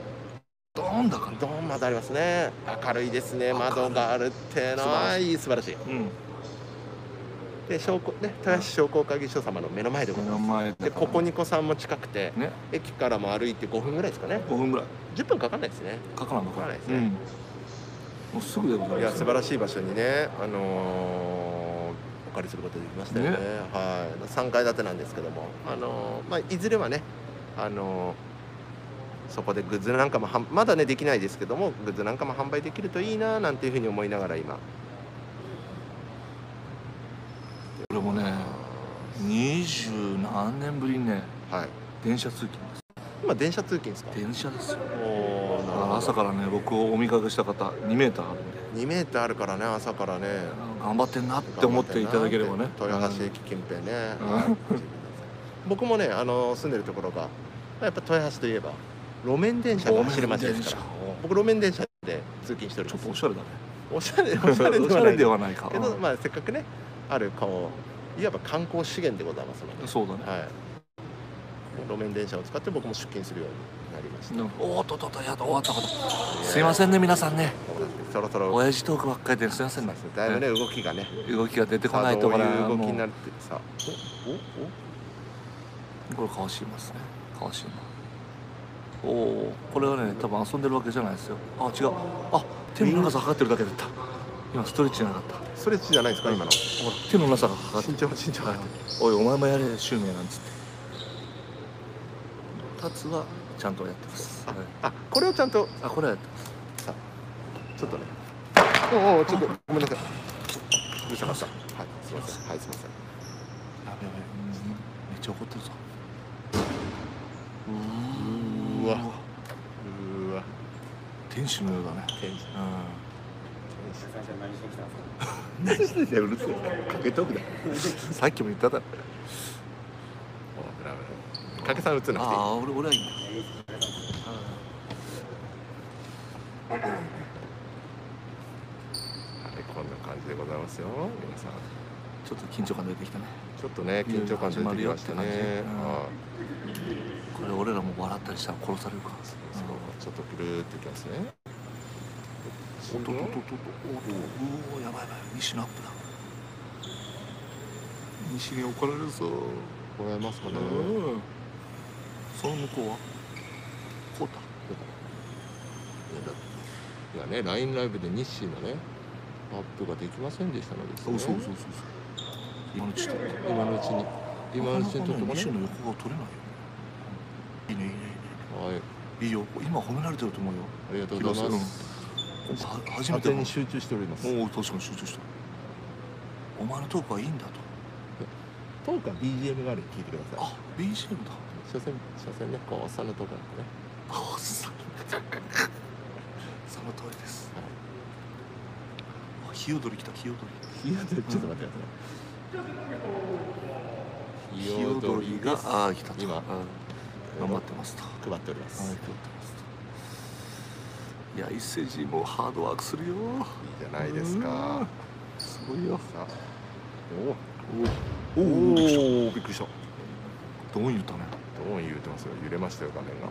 ドーンだから
どう窓ありますね明るいですね
明るい
窓があるってのは
素晴らし
いい素晴らしい
うん
で商工ね豊橋商工会議所様の目の前でございま
名
す
前
でここにこさんも近くて、
ね
駅からも歩いて5分ぐらいですかね
5分ぐらい
10分かかんないですね
かからんのか
かからないですね
うんもうすぐでございます
いや素晴ら
らし
しい場所にねあのーお借りすることできましたよね
ね
はい3階建てなんですけどもあのーまあいずれはねあのーそこでグッズなんかもはんまだねできないですけどもグッズなんかも販売できるといいななんていうふうに思いながら今
い俺もね二十何年ぶりにね
はい
電車通勤です
今電車通勤ですか
電車ですよ
おお
だから朝からね僕をお見かけした方2メーターあるんで
2メートルあるからね朝からね
頑張ってんなって思っていただければね
豊橋駅近辺ね、
うん
はい 僕もねあの住んでるところがやっぱ豊橋といえば路面電車が走る街ですから僕路面電車で通勤しており
ちょ
ま
っ
す
とおしゃれだね
おしゃれ お
お
し
し
ゃ
ゃ
れ
れ
で
で
はない
はないか
けど、まあ、せっかくねあるこういわば観光資源でございますので、
そうだね
はい、路面電車を使って僕も出勤するようになりました、
なんかおーっとっとっとやっと終わったことすいませんね皆さんね
そうなんですそろそろ
親父トークばっかりですいませんね
だいぶね動きがね
動きが出てこ
さ
な
あ
い
ど
と
う
これ
いう動き
もう
になるってさおおお
これかわしいますねかわしいなおおこれはね多分遊んでるわけじゃないですよあ違うあ手の長さ測ってるだけだった今ストレッチじゃなかったほ
ストレッチじゃないですか今の
ら手の長さが測って
身
る
長身長
はいおいお前もやれ執念なんつってタツはちゃんとやってます、はい
あこれをちゃんと
あこれはやってま
ち
す
ょっとねおうおうちょっとごめんなさいぶしゃかったはいすいませんはいすいません
やべやべめっちゃ怒ってるぞ
うーわうーわ
天使のようだね
天使
う
何してんだようるせえかけとくだ
んさっきも言っただろ
かけさん映んなくていい
ああ俺俺はいいんだ
はいこんな感じでございますよ皆さん
ちょっと緊張感出てきたね
ちょっとね緊張感出てきましたね
始まるよって感じ
はい
これ俺らも笑ったりしたら殺されるから
そうちょっとぐるーっていきますね
おっとっとっとっとっとおっとうおやばいやばい西のアップだ西に怒られるぞ
もらえますかね
うんその向こうはこう
いやね、LINE ライブで日誌のね、アップができませんでしたのでです、
だ、
ね、
そう今のうちだって
今のうちに、今のうちにとってもね
西、の横が取れないよいいねいいねいいね
はい、
いいよ今褒められてると思うよ
ありがとうございます。
は初め
撮
て
影
も
に集中しております
おお確かに集中したお前のトークはいいんだと
トークは BGM 代わりに聞いてください
あ BGM だ
所詮所詮ねこうおっさんのトークなんでね
あおっさんその通りです
はい
あヒヨドリ来たヒヨドリ
ちょっと待ってください。
ヒヨドリが
が
ああ来た
今
うん頑張ってますと
配っておりま
はい
す。いい
頑張ってますといや一世人もハードワークするよ
じゃないですか。
すごいよ
さあ、
おお
おお、
びっくりした
お、びっくりした。
どう言ったね
どう言うてますよ。揺れましたよ画面が。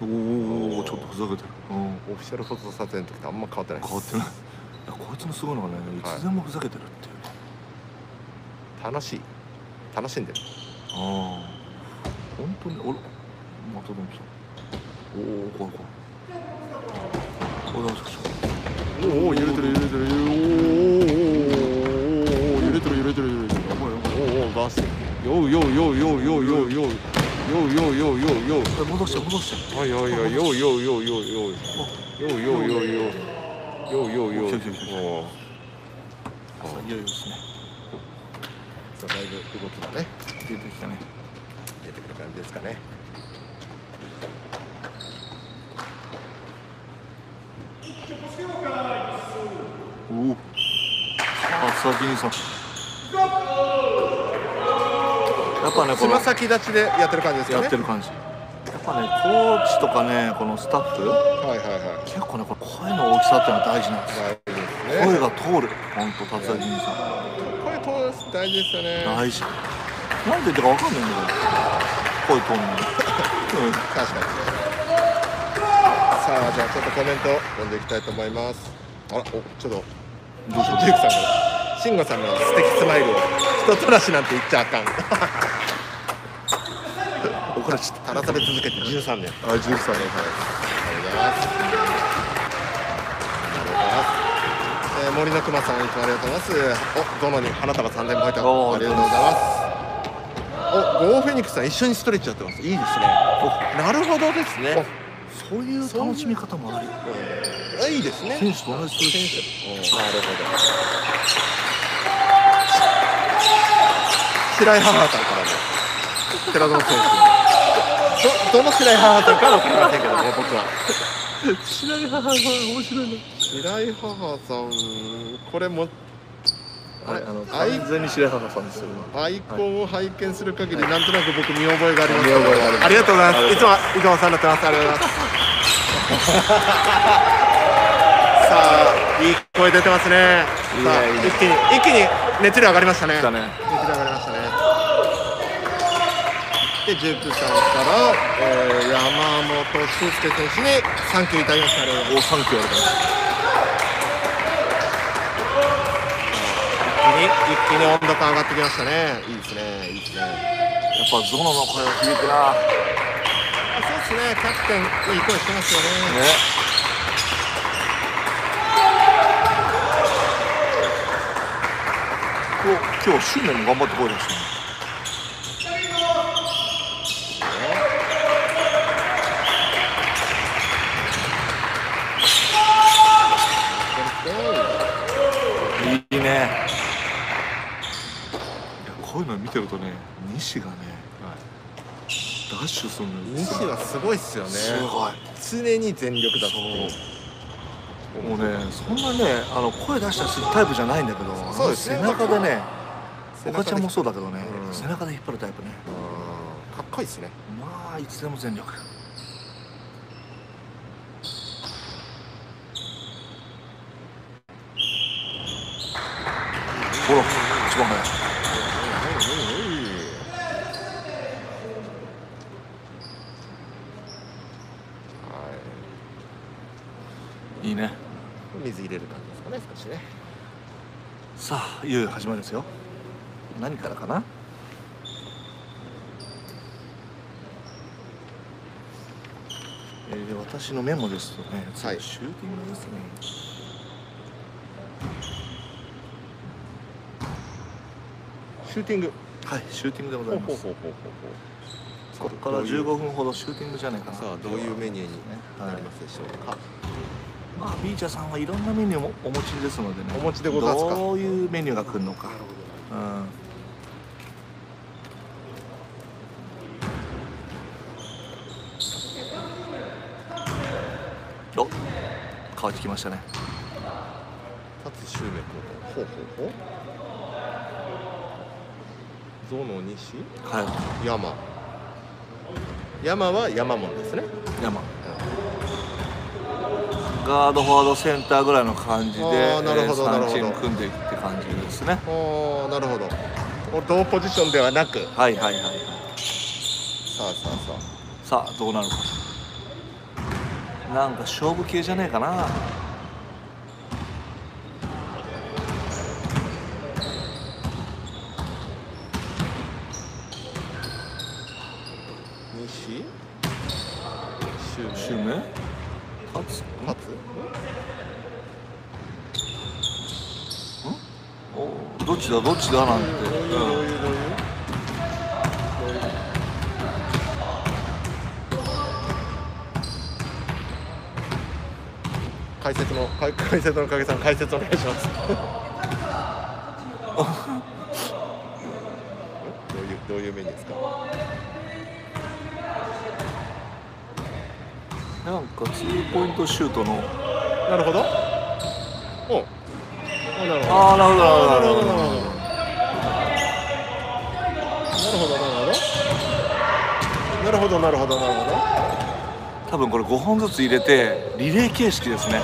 おお
おー
ちょっとふざけてるうん
オフィシャルフォト撮影の時とあんま変わってないです。
変わってないいやこいつのすごいのがねい
はい
つでもふざけてるっていう
楽しい。楽しんでる。
ああ本当に俺またどん来たおお怖い怖いおどうし
おおお、揺れてる揺れてる。おおおおおおおお揺れてる揺れてる揺れてる。
やばいやばい
おおお、ガス。ようようようようようようようようようようようよう。
え戻して戻して
はいはいはい、ようようようようよう。ようようようよう。ようようよう。
よしよしよし
おう
あいよいよですね
さあだいぶ動きがね、
出てきたね
出てくる感じですかね。
おおあっ先さんやっぱね
つ
この
ま先立ちでやってる感じですかね。
やってる感じやっぱねコーチとかねこのスタッフ
はいはいは
結構ねこれ声の大きさっていうのは大事なんですよ
い。大事です
声
ね。
が通る本当達也兄さん
声通す大事ですよね。
大事なんでってかわかんないんだけど声飛んのうん
確かに。さあじゃあちょっとコメント読んでいきたいと思います。あらおちょっと
どうしよ
ジュークさんから慎吾さんの素敵スマイルを人たらしなんて言っちゃあかん。
う怒られちゃった
垂らされ続けて13年。
あジュースさんね
ありがとうございます。ありがとうございます。えー、森の熊さん、いつもありがとうございます。お、ゾノに花束3000本入った。
お
あ
ー
りがとうございます。お、ゴーフェニックスさん、一緒にストレッチやってます。いいですね。なるほどですね。
そういう楽しみ方もある
あいいですね。
選手と同じ
選
選
手おなるほど。白井母さんからも。寺園選手。ど、どの白井母さんかは分かりませんけどね、僕は。
手知らない母さん面白いな
白井母さんこれもあ
あ
れ
れあの
アイ
完全に知らない母さんですよ今
アイコンを拝見する限りなんとなく僕見覚えがあります
見覚えがある
ありがとうございますいつもいつもお世話になってますありがとうございます さあいい声出てますね
いいね
さあ
いいね
一気に一気に熱量上がりましたね
だね
出来上がりましたね。で、ジュークさんから、えー、山本俊介選手にサンキューいただきました。ありがとうござい
おサンキューあるか
ま
ら
す一気に、一気に温度感上がってきましたね。いいですね、いいですね。
やっぱゾノの声は響くなね
あそうですね、キャプテン、いい声してますよね。
お今日新年も頑張ってこいですねいいねいやこういうの見てるとね西がねダッシュするのよ
西はすごいっすよね。
すごい
常に全力だっていう。
もうね、そんなね、あの声出したりするタイプじゃないんだけど、
そうですね
背中でね、
背
お
中
か
で
ちゃんもそうだけどね、
うん
背中で引っ張るタイプね。
うんかっこいいですね。
まあ、いつでも全力。ほら、一番早い。いいね。
水入れる感じですかね、少しね。
さあ、いよいよ始まりですよ。何からかな。えー、で私のメモですとね、
はい
シューティングですね。
シューティング。
はい、シューティングでございます。
うほうほ
ここから15分ほどシューティングじゃないかな。
さあ、どういうメニューに
はい
なりますでしょうか。
まあビーチャーさんはいろんなメニューもお持ちですのでね
お持ちでございますか
どういうメニューが来るのかうんお変わってきましたね
立つ周脈ほうほうほう象の西
はい
山山は山門ですね
山ガードフォワードセンターぐらいの感じで
あーなるほど
えー
なるほど
三チーム組んでいくって感じですね
おーなるほどお同ポジションではなく
はいはいはいはい
さあさあさ
さあどうなるかなんか勝負系じゃねえかな
あ西周脈
シュメ勝つ
立
おどっちだどっちだなんて、
つどう
うん
いうどういう解説の解解説のおかげさん解説お願いします んどういうどういうメニューですか
なんかツーポイントシュートの
なるほど。おう。あなるほど。
ああなる
なるほ
ほ
ど
ど
な
な
る
る
ほど
ほど
なるほどなるほど。なるほどなるほどなるほど。
多分これ5本ずつ入れてリレー形式ですね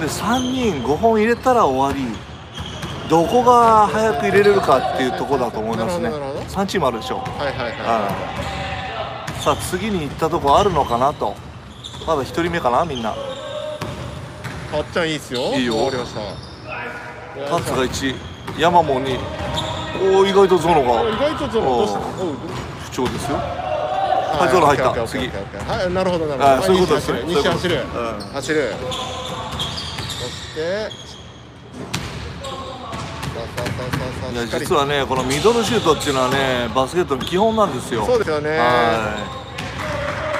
で3人5本入れたら終わりどこが早く入れれるかっていうところだと思いますね
なるほどなるほど
3チームあるでしょ
はいはいは。
はいさあ次に行ったとこあるのかなとまだ1人目かなみんない
かっちゃんいいっすよ。
いいよ
わかりました。
タツが1山も2おお意外とゾノ
あ意
が
外とゾロどうしたの
お
おう
不調ですよ
はい
ゾロ入った
オッケーオッケー
次
オッケーオッケーはいなるほどなるほど
あーそういうことですね
西走る
そういうことうん
走るそしてさあさあさあさあ
い
さあ
や
しっかり
実はねこのミドルシュートっていうのはねバスケットの基本なんですよ
そうですよねやっ
はい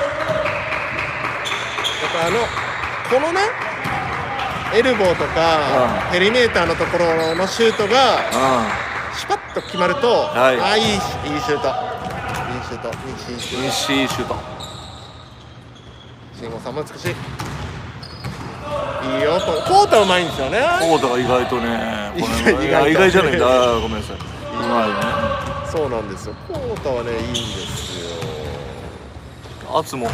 ぱあのこのねエルボーとか
う
ペリメーターのところのシュートが
う
シュパッと決まると、
はい
あーいいしいいシュートいいシュートいいシュ
ん、
ート
西井シュート
慎吾さんも美しいいいよこコータうまいんですよね
大田が意外とねこ
意
れい
外
や
意
意
外
外
と
じゃないんだあーごめんなさいうま
そうなんですよコータはねいいんですよ
いね圧も
いい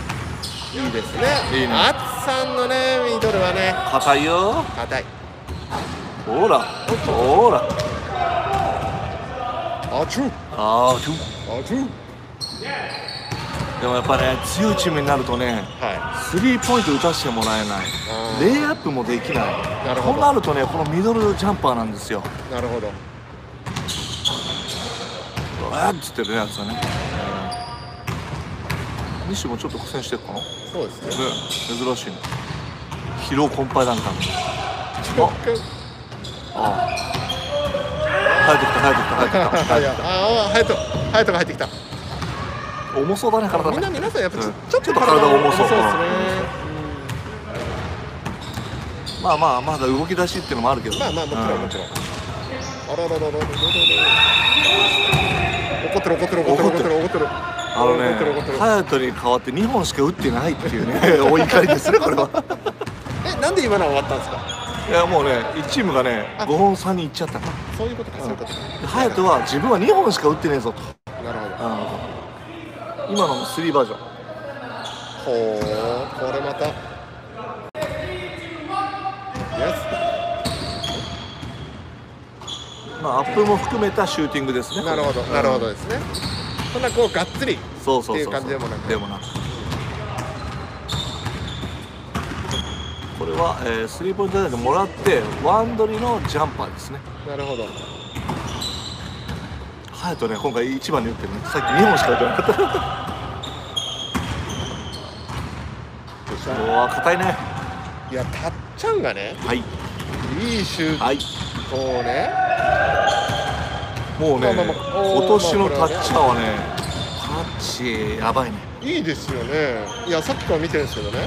ですね
いいね
アツさんのねミドルはね
硬いよ
硬い
ほらほら
あちゅ
あーちょ
あちゅ
でもやっぱね強いチームになるとね
は
スリーポイント打たせてもらえない
あー
レイアップもできない
なるほ
こ
ど
うなるとねこのミドルジャンパーなんですよ
いなるほど
あっつってるやつだね西もちょっと苦戦してるかなね
そうですね
珍しいね疲労困憊だったああ帰ってきた帰ってきた帰ってきた
いやああ隼人隼人が入ってきた
重そうだね体
みんな
ね
皆さんやっぱち,、
うん
ちょっと
ちょっと体重そ
そ
う
うですね、
まあまあまだ動き出しっていうのもあるけど
うんまあまあもちろんもちろんあらららららららら怒ってる怒ってる怒ってる怒ってる怒ってる
あのね
怒ってる怒ってる
隼人に代わって2本しか打ってないっていうね お怒りですねこれは
えなんで今のは終わったんですか
いやもうね1チームがね
あ
5本差に行っちゃったか
そういうことかそういうことから
隼人は自分は2本しか打ってねえぞと
なるほど
あの今のも3バージョン
ほうこれまたよ
まあ、アップも含めたシューティングですね。
しなるほどなるほどですねそんなこうがっつり
そうそうそうそう。
っていう感じでもなく
でもなくこれは、えー、スリーポイントラインでもらって、ワンドリのジャンパーですね。
なるほど
ハヤトね、今回一番に打ってるね。さっき二本しか打ってな かった。うわー、硬いね。
いやたっちゃんがね
はい。
いいシュー
はい。
トをね
もう
まあ
ね、
まあまあおー
今年のタ
まあこれはね
ッチャーはね、タッチ、やばいね。
いいですよねいやさっきから見てるんですけどね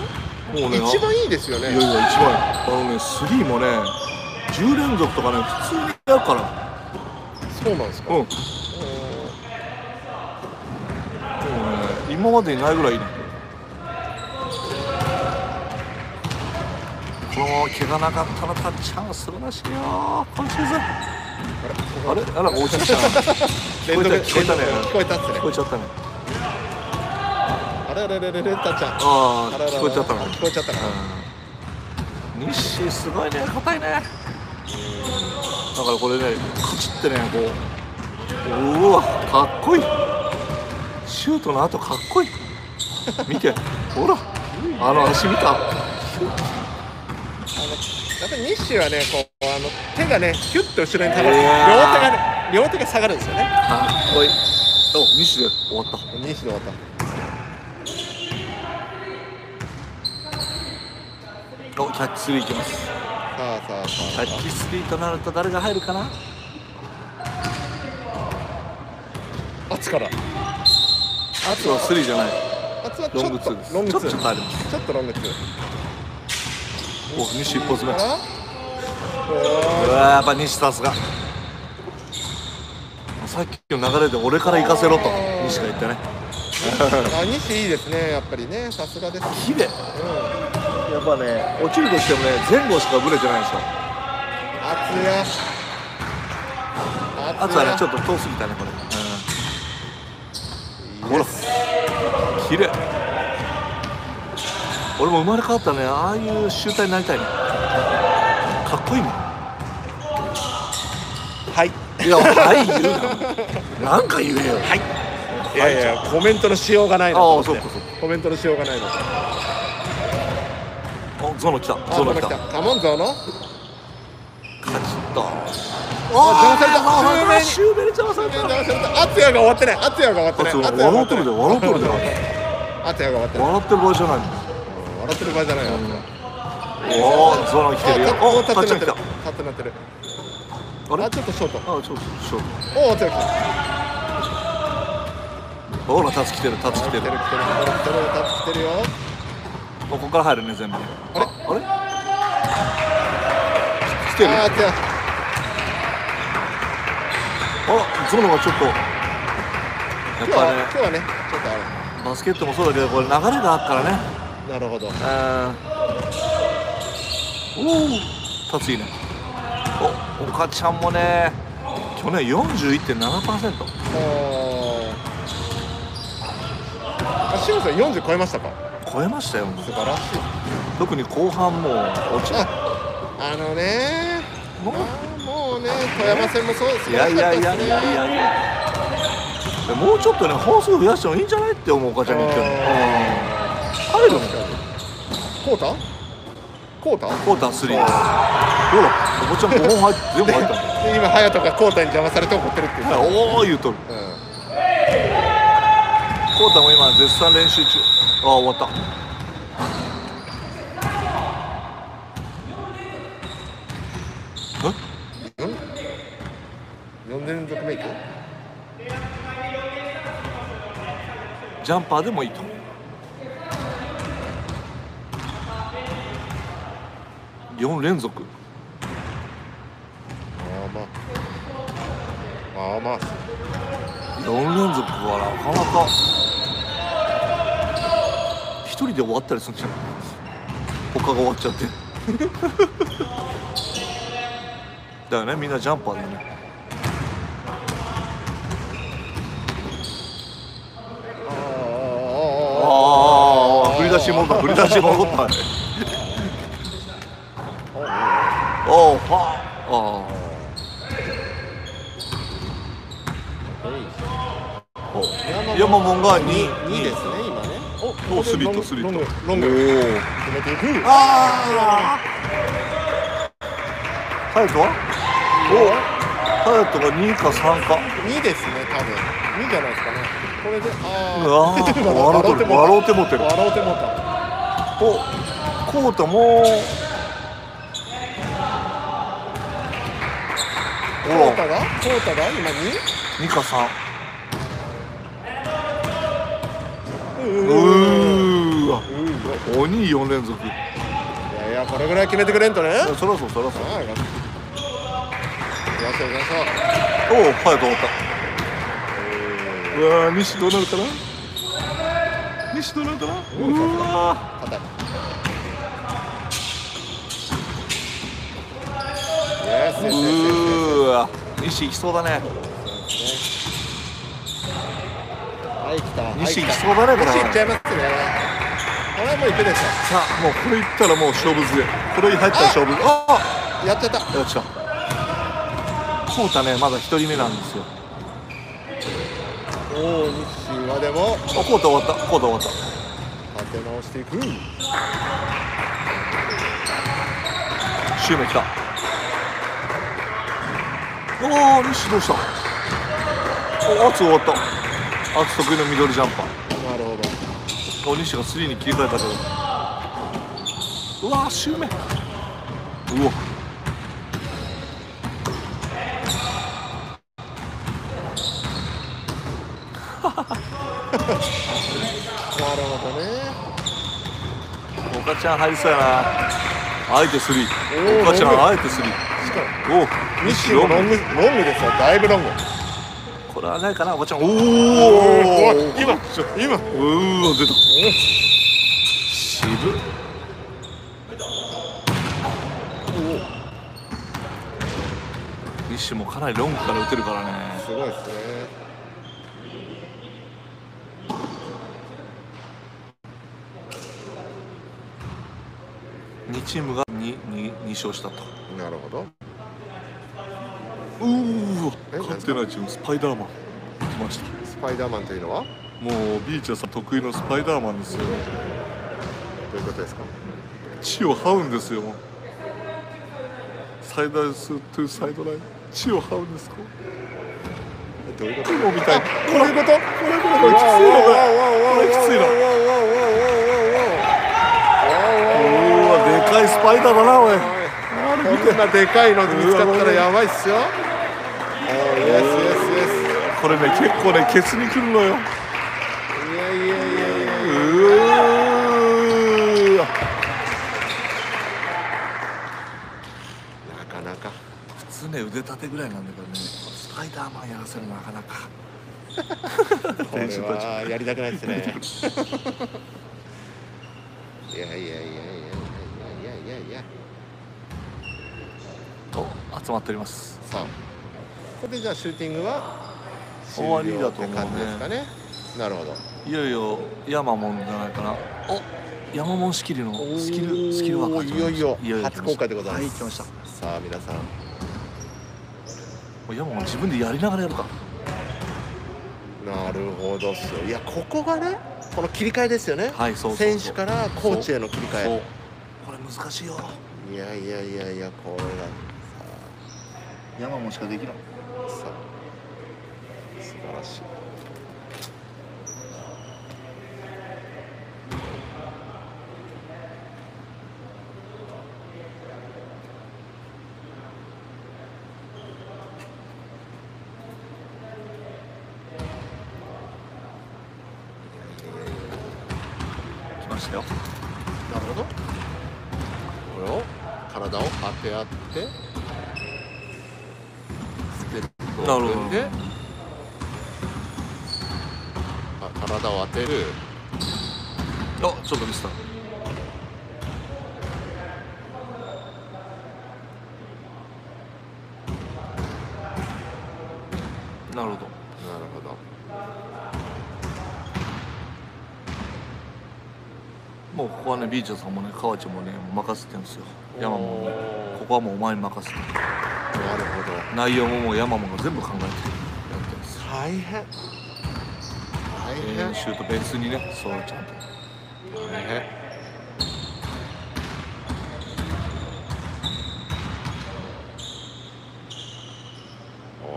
うもうね
一番いいですよ
いやい
ね
や一番あのね3もね10連続とかね普通にやるから
そうなんですか、
うんもうね今までにないぐらいいいねこの怪我なかったらたっちゃんは素晴らしいよ今シーズンあれあら落ちてきた な
連続
聞こえたね
聞こえたっすね
聞こえちゃったね
あれあれあれあれたっちゃん
ああ
ららら
聞こえちゃったね
あ聞こえちゃったな
日誌すごいね硬いねだからこれねカチってねこううわかっこいいシュートの後かっこいい見てほらあの足見た
あのやっぱり日誌はねこうあの手がねキュッと後ろに下がる
い
両手
やー
がね両手が下がるんですよね
かっこいいお日誌で終わった
日誌で終わった
おキャッチスリーいきます
さあさあ
キ
さ
ャ
あ
ッチスリーとなると誰が入るかな
圧から
圧はスリーじゃない
圧はち
ロ
ょ
ング
っ
ツ
と
ーです
ロングツー
ちょっとある
ちょっとロングツー
お西一発目う
か
わ
なおー
やっぱ西さすがさっきの流れで俺から行かせろと西が言ってね
あ西いいですねやっぱりねさすがです、うん、
綺麗やっぱね落ちるとしてもね前後しかぶれてないんですよ
圧や
あとはねちょっと遠すぎたねこれ、う
ほら
ん、綺麗俺も生まれ変わったらねああいう集体になりたいねかっこいいもん
はい
いやはい言うななんか言えよはい
いやいやコメントのしようがないなと思って
ああそうかそう
コメントのしようがないのあ
おゾノ来たゾノ来た
こ
カ
のカモンゾーの
チッと
あ
あ
ー
シューベルちゃんされた
熱也が終わってない熱也が終わってない敦也
笑
が終わ
ってるで笑ってるで笑
熱也が終わってない
ってる場合じゃない
笑ってる場合じゃないよ
おおゾノ来てるよお
お
っ
立
タッチ
っ
ャン
て
来
な
た
ってる立ってなってる
あれ
あちょっとショート
あちょっとちょっ
おお熱也来た
とほらタツ来てるタツ来て
来て
る
る来てる来てる来てる来てるよ
もうここから入るね全部ね
あれ
あれ来てる
あ
あ
熱也
ゾノがちょっとやっ
今日は
ぱ
今
ね
日はねちょっとあ
バスケットもそうだけどこれ流れがあるからね
れなるほど
うんおお達いいねおおかちゃんもね去年41.7%
おあ志保さん40超えましたか
超えましたよもう
素晴らしい
特に後半もう落ちない
あのね
もう
あーもうね富山戦もそうです
いやいやいやいやいやいやもうちょっとね本数増やしてもいいんじゃないって思うおかちゃんに言ってる入るもん
コータコータ
コーター3ほらおばちゃん5本入って全部入ったんだよ
で今隼人がコータに邪魔されて怒ってるっていう、
おお言うとる
う
コータも今絶賛練習中ああ終わった
ん、4連続メイク
ジャンパーでもいいと思う4連続
ああまあああまあ
4連続はなかなか1人で終わったりするんじゃない他が終わっちゃってだよねみんなジャンパーだよね
あ
ああ振り出し戻った振り出し戻ったねおおはああお
あ
山門が2
2ですね今ねお
おスリーとスリーと
ロングロング
おー
決めていく
ああ隼人はお隼人が2か3か
2ですね多分2じゃないですかねこれで
うわ
あ
ー
ー
笑うてる笑うてもうてる
笑うてもうた
おコータも
コ
お
ータがコータが今
2か3
2うー
うーわ鬼4連続
いやいやこれぐらい決めてくれんとね
そろそろそろそろ
ああよしよし
おお早く終わったうわー西どうなるかな西どうなるかなうわ
硬いイエスイエスイエスイエス
ーうわ西行きそうだね
はい来たはい
西
来
行
た
きそうだねこれ
西行っちゃいますねこれはもう行くでし
さあもうこれいったらもう勝負強いこれ入ったら勝負強いあっ
ょやっちゃった
よっしゃコウタねまだ一人目なんですよ
おお西はでも
あコウタ終わったコウタ終わった
立て直していく
シュウメ来たおお西どうしたお圧終わった圧得意の緑ジャンパー
なるほど
お西がスリーに切り替えたけどうわーシュウメうわ
なるほどね
岡ちゃん入りそうやなあえてスリ
お
ー
ー
岡ちゃ
ロング
んあえてスリー
しかも
おお
西
西
のロ
ロン
ン
グ
グロングですよだいぶロング
これはないかな岡ちゃんおお
おお今今
うーわ出た渋っ西もかなりロングから打てるからね
すごいですね
2チームが 2, 2, 2勝したと
なるほど
うーわ
え
勝ってないチームスパイダーマン来ました
スパイダーマンというのは
もうビーチャーさん得意のスパイダーマンですよ
どういうことですか
地を這うんですよサイドストゥサイドライン地を這うんですか
どういうこと
雲みたいに
こういうこと
これこれこれきついのこれこれきついのうわでかいスパイダーだなおい
こんなでかいの見つかったらやばいっすよ。イエスイエスイエ
これね結構ねケツにくるのよ
ス。いやいやいやいや。
うーわ
なかなか。
普通ね腕立てぐらいなんだけどねスパイダーマンやらせるのなかなか
これはやりたくないですね。 いやいやいやいやいやいやいやいや。
と集まっております
さあ。これでじゃあシューティングは
終わりだと思う
終了
ね
って感じですかね。なるほど。
いよいよ山門じゃないかなお山門仕切りのスキルスキルワーク
お
が
ー
始
い
ま
よい
りました
よ初公開でございます。
はい来ましたも
さあ皆さん。
う山門自分でやりながらやるか
なるほどっすよいやここがねこの切り替えですよね
はいそうそうそう
選手からコーチへの切り
そ
替
うこれ難しいよ
えいやいやいやいやこれ
山門しかできない
がさ素晴らしい
来ましたよ
なるほどこれを体を当て合ってステップを踏んで
なる
あ体を当てる
あちょっとミスったなるほ
なるほど
どもうここはねビーチャーさんもね河内もね任せてるんですよ山本
お
も
ー
ここはもうお前に任せて
なるほど
内容ももう山本が全部考えてやってます
大変大変、
えーシュートベースにねそうちゃんと
ね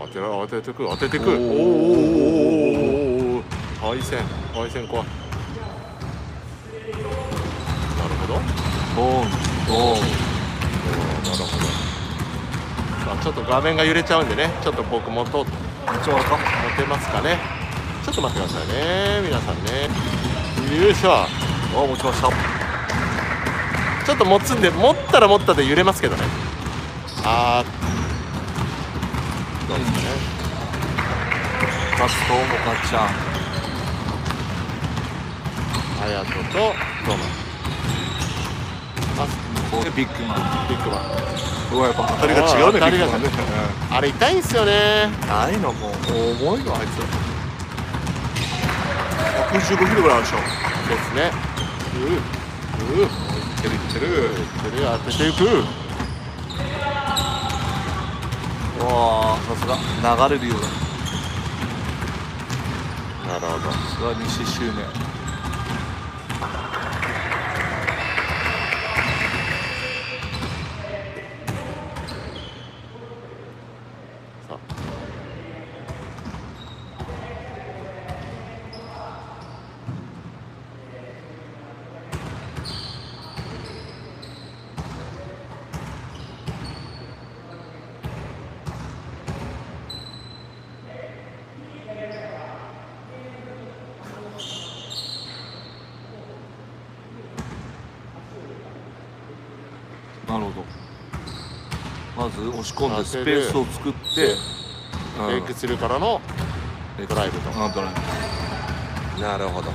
当てろ当ててく当ててく
おー
おーおーおーおーおーお敗戦敗戦怖いなるほどおー
ボーンボーン
なるほどさあちょっと画面が揺れちゃうんでねちょっと僕もと持
ちょっと
てますかねちょっと待ってくださいね皆さんね優勝
あ持ちました
ちょっと持つんで持ったら持ったで揺れますけどねあ
どうですかねカツともかっちゃん
あやととどうも
こうビッグマン
ビッグマン
うわやっぱ当たりが違う
あー当
ね
たり
ビ
が
ッグ マンね
あれ痛いんすよね
ないのもう重いのあいつ115キロぐらいあるでしょ
ですねうううう
いってるいってる
それを当てていく
うわあさすが流れるようだ
なるほど
さすが西周年
さ
なるほどまず押し込ん
当
で
て
スペ
る
ースを作って
あフェイクするからの
うん
ドライブと
うんドライブなるほど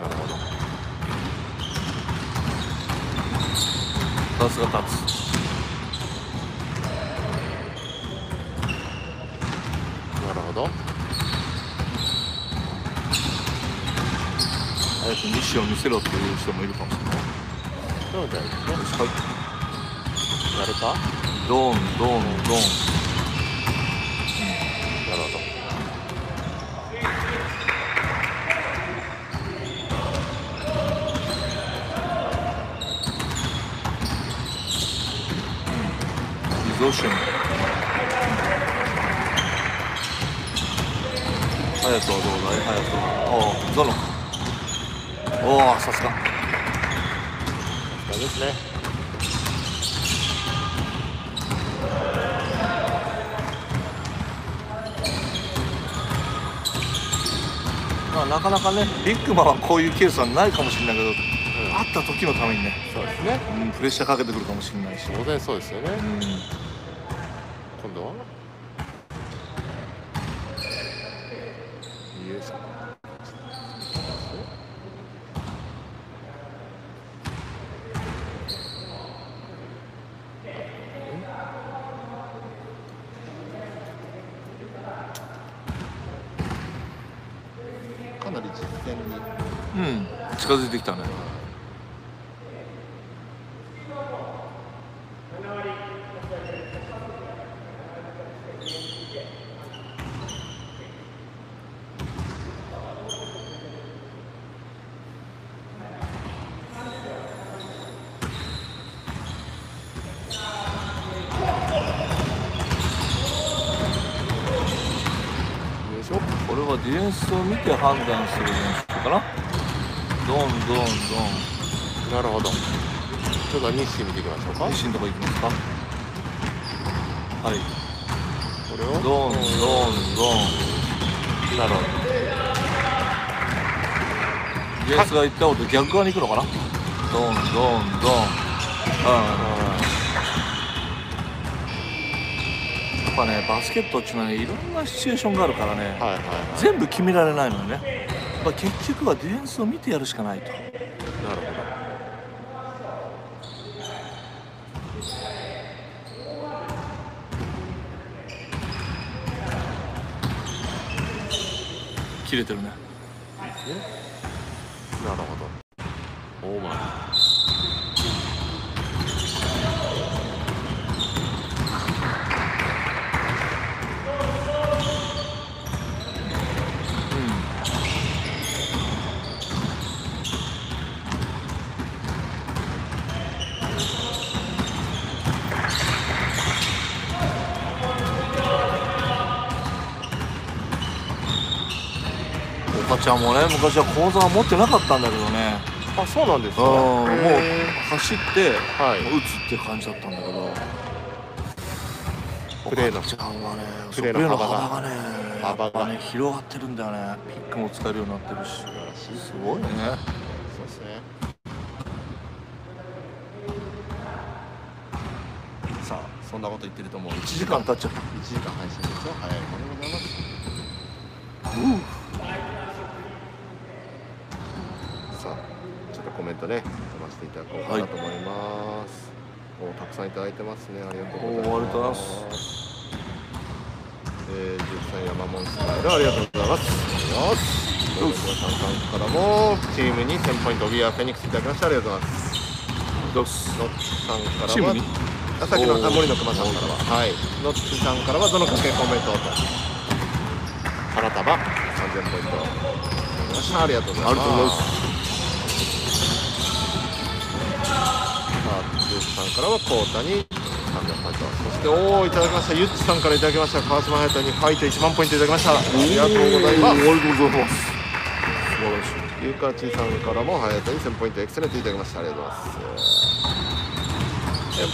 なるほど
さすが立つ
なるほど
早く西を見せろっていう人もいるかもしれない
そうだよね
はい
やるか
ドンドンド
な
ン
るほど
リゾーシュンハヤトはどうだいハヤトはああゾロおおさすが
そうですね
まあなかなかねビッグマンはこういうケースはないかもしれないけど、あった時のためにね、
そうですね
うん、プレッシャーかけてくるかもしれないし、
当然そうですよね
うん、
今度はイエスかなり実践に
うん、近づいてきたね
よいしょ
これはディフェンスを見て判断する練習かなドンドンド
なるほどちょっと日誌見ていきましょうか
ン西のとこ行きますかはい
これを
ドンドンドン
なるほ
ディフェンスが行ったこと逆側に行くのかなドンドンドンうんやっぱねバスケットっていうのはねいろんなシチュエーションがあるからね、
どはいはいは
全部決められないのよねやっぱ結局はディフェンスを見てやるしかないと
いなるほど
切れてるね
ねなるほどオーマー
うん赤ちゃんもね昔は口座は持ってなかったんだけどね
あそうなんです
う
ね
んもう
へ
走って、
ーはい
打つって感じだったんだけど
プレーの
赤ちゃんはね
プレーの
そう
幅が
幅がね
幅が
やっぱね広がってるんだよねピックも使えるようになってるしすごいね
そうですねさあそんなこと言ってるともう1
1時間経っちゃった
1時間配信ですよ早いものでございますさあちょっとコメントね飛ばしていただこうかなと思います、おたくさんいただいてますねありがとうございます
おーありがとうござい
ますえー、13山門スタイルありがとうございますよしどうぞさんさんからもチームに1000ポイントビアフェニックスいただきましたありがとうございます
どうす
ノッチさんからは
チームに
あさっきの
おー
あ森の熊さんからははいノッチさんからはどの掛けコメントと花束3000ポイントよしありがとうございます
ありがとうございます
さあゆうちさんからはこうたに300ポイントそしておーいただきましたゆっちさんからいただきました川島隼人にファイト1万ポイントいただきましたありがとうございます
ありがとうございます素晴らしい
ゆうかちさんからも早田に1000ポイントエクセレントいただきましたありがとうございますえ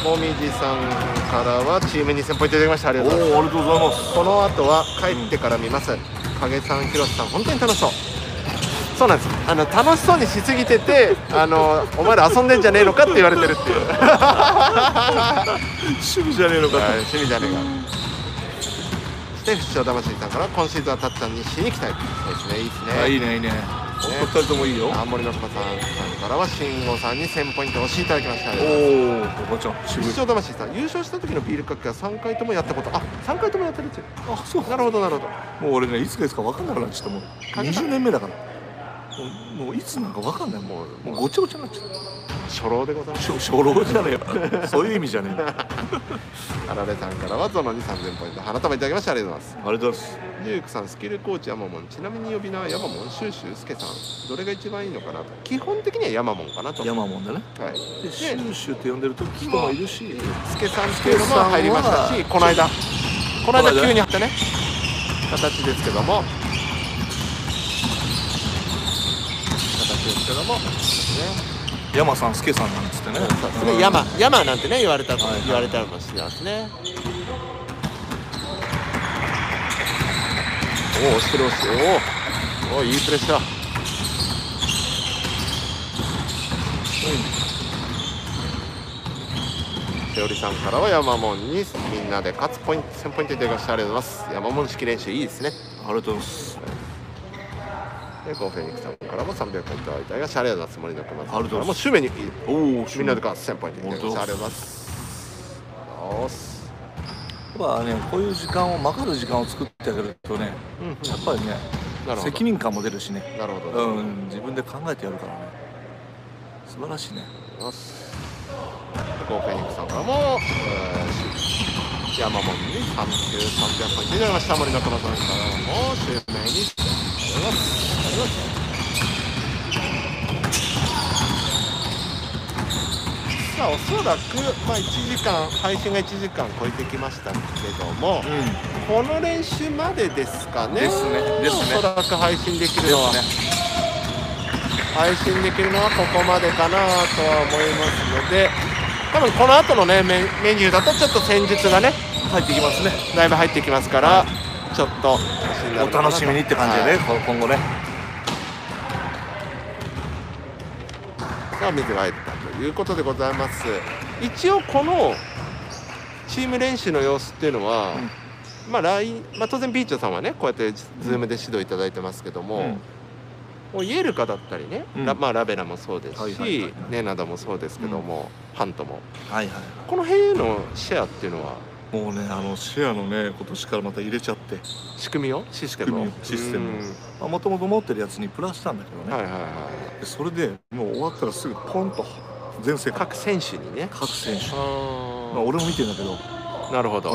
もみじさんからはチーム2000ポイントいただきましたありが
お
とうござい
おありがとうございます
ますこの後は帰ってから見ます影さんひろしさん本当に楽しそうそうなんですあの楽しそうにしすぎててあのお前ら遊んでんじゃねえのかって言われてるっていう
趣味じゃねえのか
はい、趣味じゃねえか。そして、不祥魂さんから、今シーズンはたっちゃんにしに行きたい。そうですね、いいですね。
あいいねいいねお二人ともいいよ
青森のパパさんからは、慎吾さんに1000ポイントをしていただきました。
おおおばちゃん
不
渋い
祥魂さん、優勝した時のビールかけは3回ともやったこと。あ、3回ともやってるっていう。
あそう
なるほど、なるほど。
もう俺ねいつかいつか分かんなくなっちゃったもう20年目だからもうもういつなんか分かんないもうもうごちゃごちゃになっちゃった
初老でございます。
初初老じゃねえよ そういう意味じゃねえよあ
あられさんからは、ゾノに3000ポイント。花束いただきました。ありがとうございます。
りがとうございます
ゆうくさん、スキルコーチヤマモン。ちなみに呼び名はヤマモン、シューシュースケさん。どれが一番いいのかなと。基本的にはヤマモンかなと。
山もんだね
はい。
でシューシューって呼んでる時人もいるし
スケさんっていうのも入りましたし、この間、この間急にあったね、形ですけども、形ですけども、ね、
山さん助さんなんつってね
ね山山なんてね言われた、
はい
言われたかもしれないですね。おお、押してる押してる、おお、おおいいプレッシャー。しおりさんからは山門にみんなで勝つポイント1000ポイントいただきましたありがとうございます山門式練習いいですね
ありがとうございます
でゴーフェニックスさんからも300ポイントいただきましたありがとうございます森の熊さ
あ
んか
りがと
ら
うござ
も
い
う
ま
趣味に
おお
みんなで勝つ1000ポイントいただきましたありが
本当
とうございますよーし
やっぱねこういう時間をまかる時間を作ってあげるとね
うんうん
やっぱりね
なるほど
責任感も出るしね
なるほど、ありがとう
うん自分で考えてやるからね素晴らしいね
ございますゴーフェニックスさんからも、えー、山門に3 300ポイントいただきました森の熊さんからも襲名にありがとうございますありがとうございますさあおそらく、まあ、1時間配信が1時間超えてきましたけども、
う
この練習までですかね
ですねですね
おそらく配信でき
ん
るのは、配信できるのはここまでかなとは思いますので多分この後のねメメニューだとちょっと戦術がね
入ってきますね
だいぶ入ってきますから、ちょっと
お楽しみにって感じでね、
はい
こ今後ね
が見てまいったということでございます一応このチーム練習の様子っていうのは、まあ、来まあ当然ビーチョさんはねこうやってズームで指導いただいてますけども、もうイエルカだったりね、
うん
ラまあ、ラベラもそうですし、
はいはいはいはい
ネナダもそうですけども、ハントも
はいは
この辺へのシェアっていうのはい
もうねあのシェアのね今年からまた入れちゃって
仕組みをシステムを
仕組みをシステムを
うん
もともと持ってるやつにプラスしたんだけどね、
はいはいはい
でそれでもう終わったらすぐポンと全世界
各選手にね
各選手、まあ、
あ
俺も見てんだけど、うん、
ーなるほど、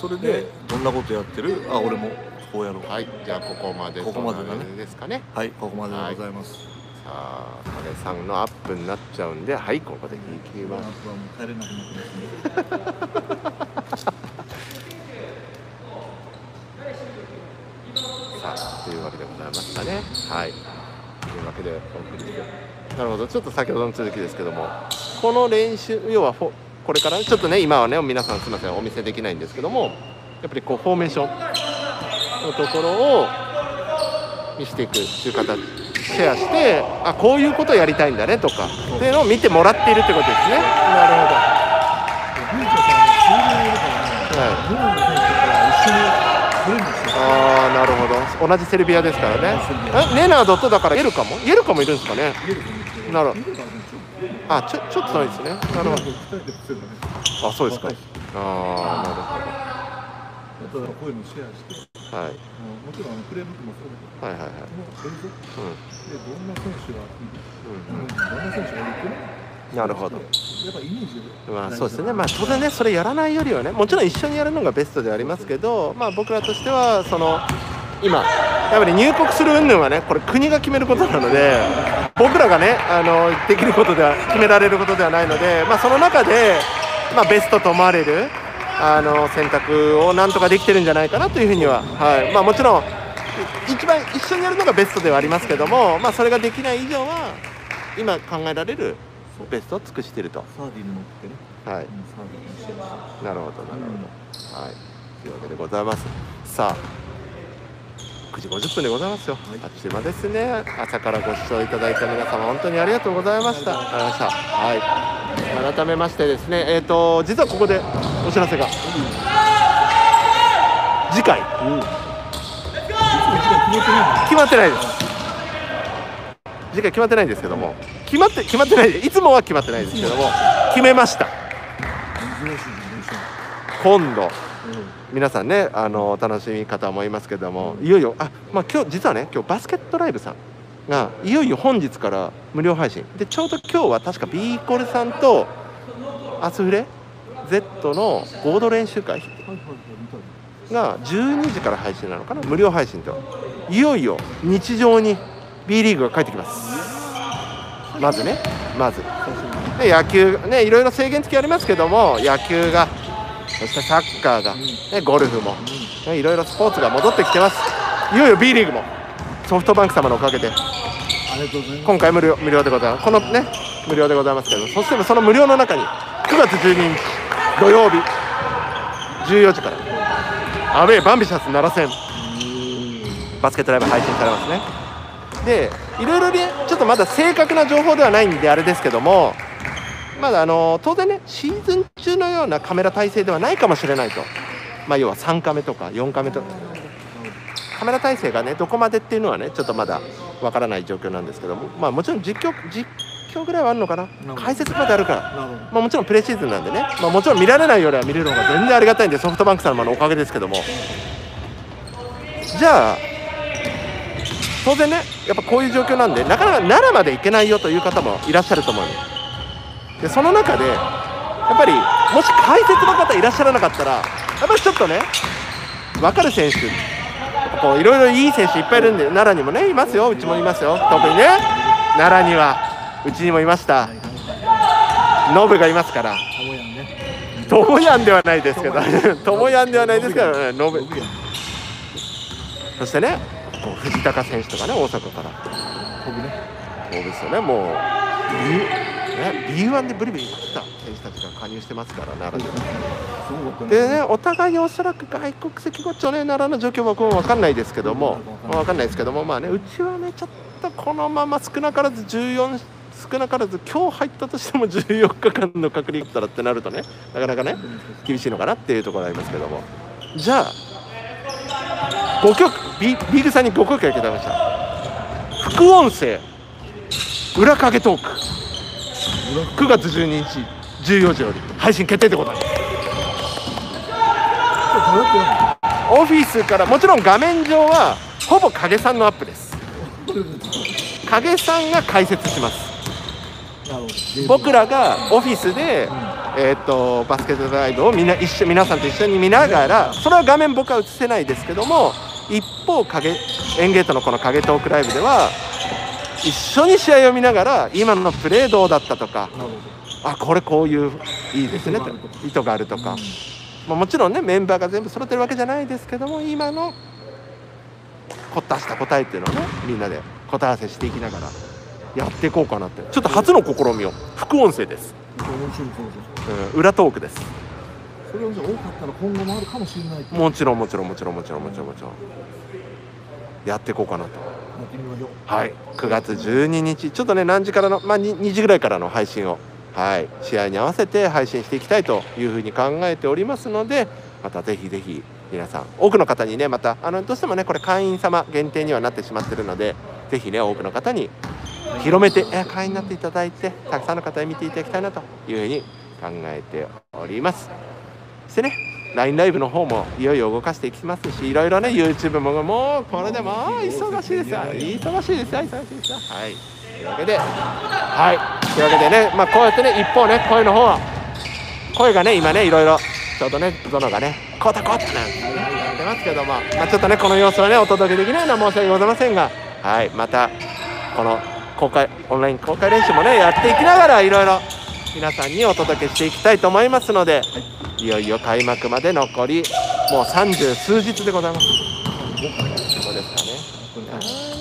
それでどんなことやってるあ俺もこうやろう
はいじゃあここまで
ここまでだね
そんな感じですかね
はいここまででございます、
さあ影さんのアップになっちゃうんではいここで聞き
あとは
ま
も
す
う帰れなくなってますね
さなるほどちょっと先ほどの続きですけどもこの練習要はフォこれからねちょっとね今はね皆さんすみませんお見せできないんですけどもやっぱりこうフォーメーションのところを見していくっていう形シェアしてあこういうことをやりたいんだねとかっていうのを見てもらっているってことですねなる
文ちゃんさん、急にいるからね、
ほど、はい、
ブルーの選手から一緒に来るんですよ。
ああなるほど同じセルビアですからねえネナードとだからイェルカもイェルカもいるんですかね
見えるかもしれない
なるほど
見えるからねちょっと
あちょちょっとないですねなるほ
二
ど
人で普通のね
あそうですか
若いし
ああなるほど
あとはこういうのシェアして、
は
う
い、
んもちろんプレーブックもそうだけど、
はいはいはい。
この映像で
う
どんな選手がいる、
ん、
どんな選手がいるって
なるほど
やっぱイメージ
うん、まあそうですね。まあ当然ねそれやらないよりはね、もちろん一緒にやるのがベストではありますけど、まあ僕らとしてはその今やっぱり入国する云々はねこれ国が決めることなので、僕らがねあのできることでは決められることではないので、まあその中でまあベストと思われる。あの選択をなんとかできてるんじゃないかなというふうには、はいまあ、もちろんい一番一緒にやるのがベストではありますけども、まあ、それができない以上は今考えられるベストを尽くしていると、
サーディに乗ってね、
はい、
うんサーディにシェア
なるほどなるほど、
うん
はいというわけでございますさあ9時50分でございますよ、
い
あっちまですね朝からご視聴いただいた皆様本当にありがとうございましたありがとうございましたはい改めましてですねえっ、と実はここでお知らせが、次回決まってないです次回決まってないんですけども決まって決まってないいつもは決まってないですけども決めました
して珍しい自転
今度
車。うん
皆さんねあのお楽しみ方もいますけどもいよいよあ、まあ、今日実はね今日バスケットライブさんがいよいよ本日から無料配信でちょうど今日は確かビーコルさんとアスフレ Z の合同練習会
はいはいはい、見たい
が12時から配信なのかな無料配信といよいよ日常に B リーグが帰ってきますまずねまず
最初に。
で野球ねいろいろ制限付きありますけども野球がそしてサッカーが、ね、ゴルフも、ね、いろいろスポーツが戻ってきてますいよいよ B リーグもソフトバンク様のおかげで
ありがとうございます。
今回無料無料でございますこのね無料でございますけどそしてその無料の中に9月12日土曜日14時からアウェーバンビシャス奈良戦バスケットライブ配信されますねでいろいろねちょっとまだ正確な情報ではないんであれですけどもまだあの当然ねシーズン中のようなカメラ体制ではないかもしれないとまあ要は3カメとか4カメとかカメラ体制がねどこまでっていうのはねちょっとまだわからない状況なんですけどもまあもちろん実況実況ぐらいはあるのかな
ほど
解説まであるから
なるほど。
まあ、もちろんプレシーズンなんでね、まあ、もちろん見られないよりは見れるのが全然ありがたいんでソフトバンク様のおかげですけどもじゃあ当然ねやっぱこういう状況なんでなかなか奈良まで行けないよという方もいらっしゃると思うのでその中でやっぱりもし解説の方いらっしゃらなかったらやっぱりちょっとね分かる選手やっぱこういろいろいい選手いっぱいいるんで奈良にもねいますようちもいますよ特にね奈良にはうちにもいましたノブがいますから
たもやんね。
ともやんではないですけど、ともやんではないですけど、ね、ノブ
僕やん。
そしてね、こう藤高選手とかね、大阪から、
僕ね。
そうですよね、もう、ね、B1 でブリブリ来た選手たちが加入してますから、奈良では。
すごかった
でね、お互いにおそらく外国籍ごっちょね、奈良の状況は僕も分かんないですけども、分かんないですけども、まあね、うちはね、ちょっとこのまま少なからず14、少なからず、今日入ったとしても14日間の隔離だったらってなるとね、なかなかね、厳しいのかなっていうところありますけども、じゃあ、5曲、ビビーグさんに5曲やけただきました。副音声、裏影トーク、9月12日、14時より配信決定でございます。
どうやってやんの
オフィスからもちろん画面上はほぼ影さんのアップです影さんが解説します
なるほど。
僕らがオフィスで、えー、とバスケットライブをみんな一緒皆さんと一緒に見ながらそれは画面僕は映せないですけども一方影エンゲートのこの影トークライブでは一緒に試合を見ながら今のプレーどうだったとか
なるほど。
あこれこういういいですねと意図があるとか、まあ、もちろんねメンバーが全部揃ってるわけじゃないですけども今のこ出した答えっていうのをねみんなで答え合わせしていきながらやっていこうかなってちょっと初の試みを副音声です、
面白いそうそう
うん、裏トークです
それをじゃあ多かったら今後もあるかもしれないと
もちろんもちろんもちろんもちろんもちろんもちろんやっていこうかなと
やってみましょう
はい9月12日ちょっとね何時からのまあ 2, 2時ぐらいからの配信をはい試合に合わせて配信していきたいというふうに考えておりますのでまたぜひぜひ皆さん多くの方にねまたあのどうしてもねこれ会員様限定にはなってしまってるのでぜひね多くの方に広めてえ会員になっていただいてたくさんの方に見ていただきたいなというふうに考えておりますそしてね LINE ライブの方もいよいよ動かしていきますしいろいろね YouTube ももうこれでもう忙しいですよ忙しいですよ忙しいですよはいというわけではいというわけでねまあこうやってね一方ね声の方は声がね今ねいろいろちょうどね殿がねこうたこうたなんて言ってますけどもまあちょっとねこの様子はねお届けできないのは申し訳ございませんがはいまたこの公開オンライン公開練習もねやっていきながらいろいろ皆さんにお届けしていきたいと思いますので、い、よいよ開幕まで残りもう三十数日でございます。どうです
これ
かね。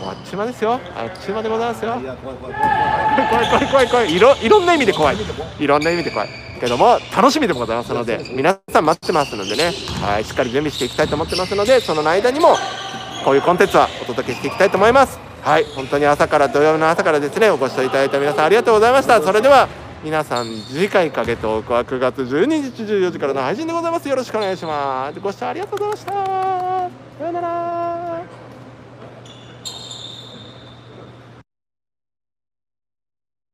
もうあっちまですよ。あっちまでございますよ
い。や怖い怖い怖い怖い
怖い怖い怖い怖い。いろいろんな意味で怖い。いろんな意味で怖い。けども楽しみでございますので、皆さん待ってますのでね。はい、しっかり準備していきたいと思ってますので、その間にもこういうコンテンツはお届けしていきたいと思います。はい、本当に朝から土曜の朝からですね、ご視聴いただいた皆さんありがとうございました。それでは皆さん次回かけておくは9月12日14時からの配信でございます。よろしくお願いします。ご視聴ありがとうございました。さようなら。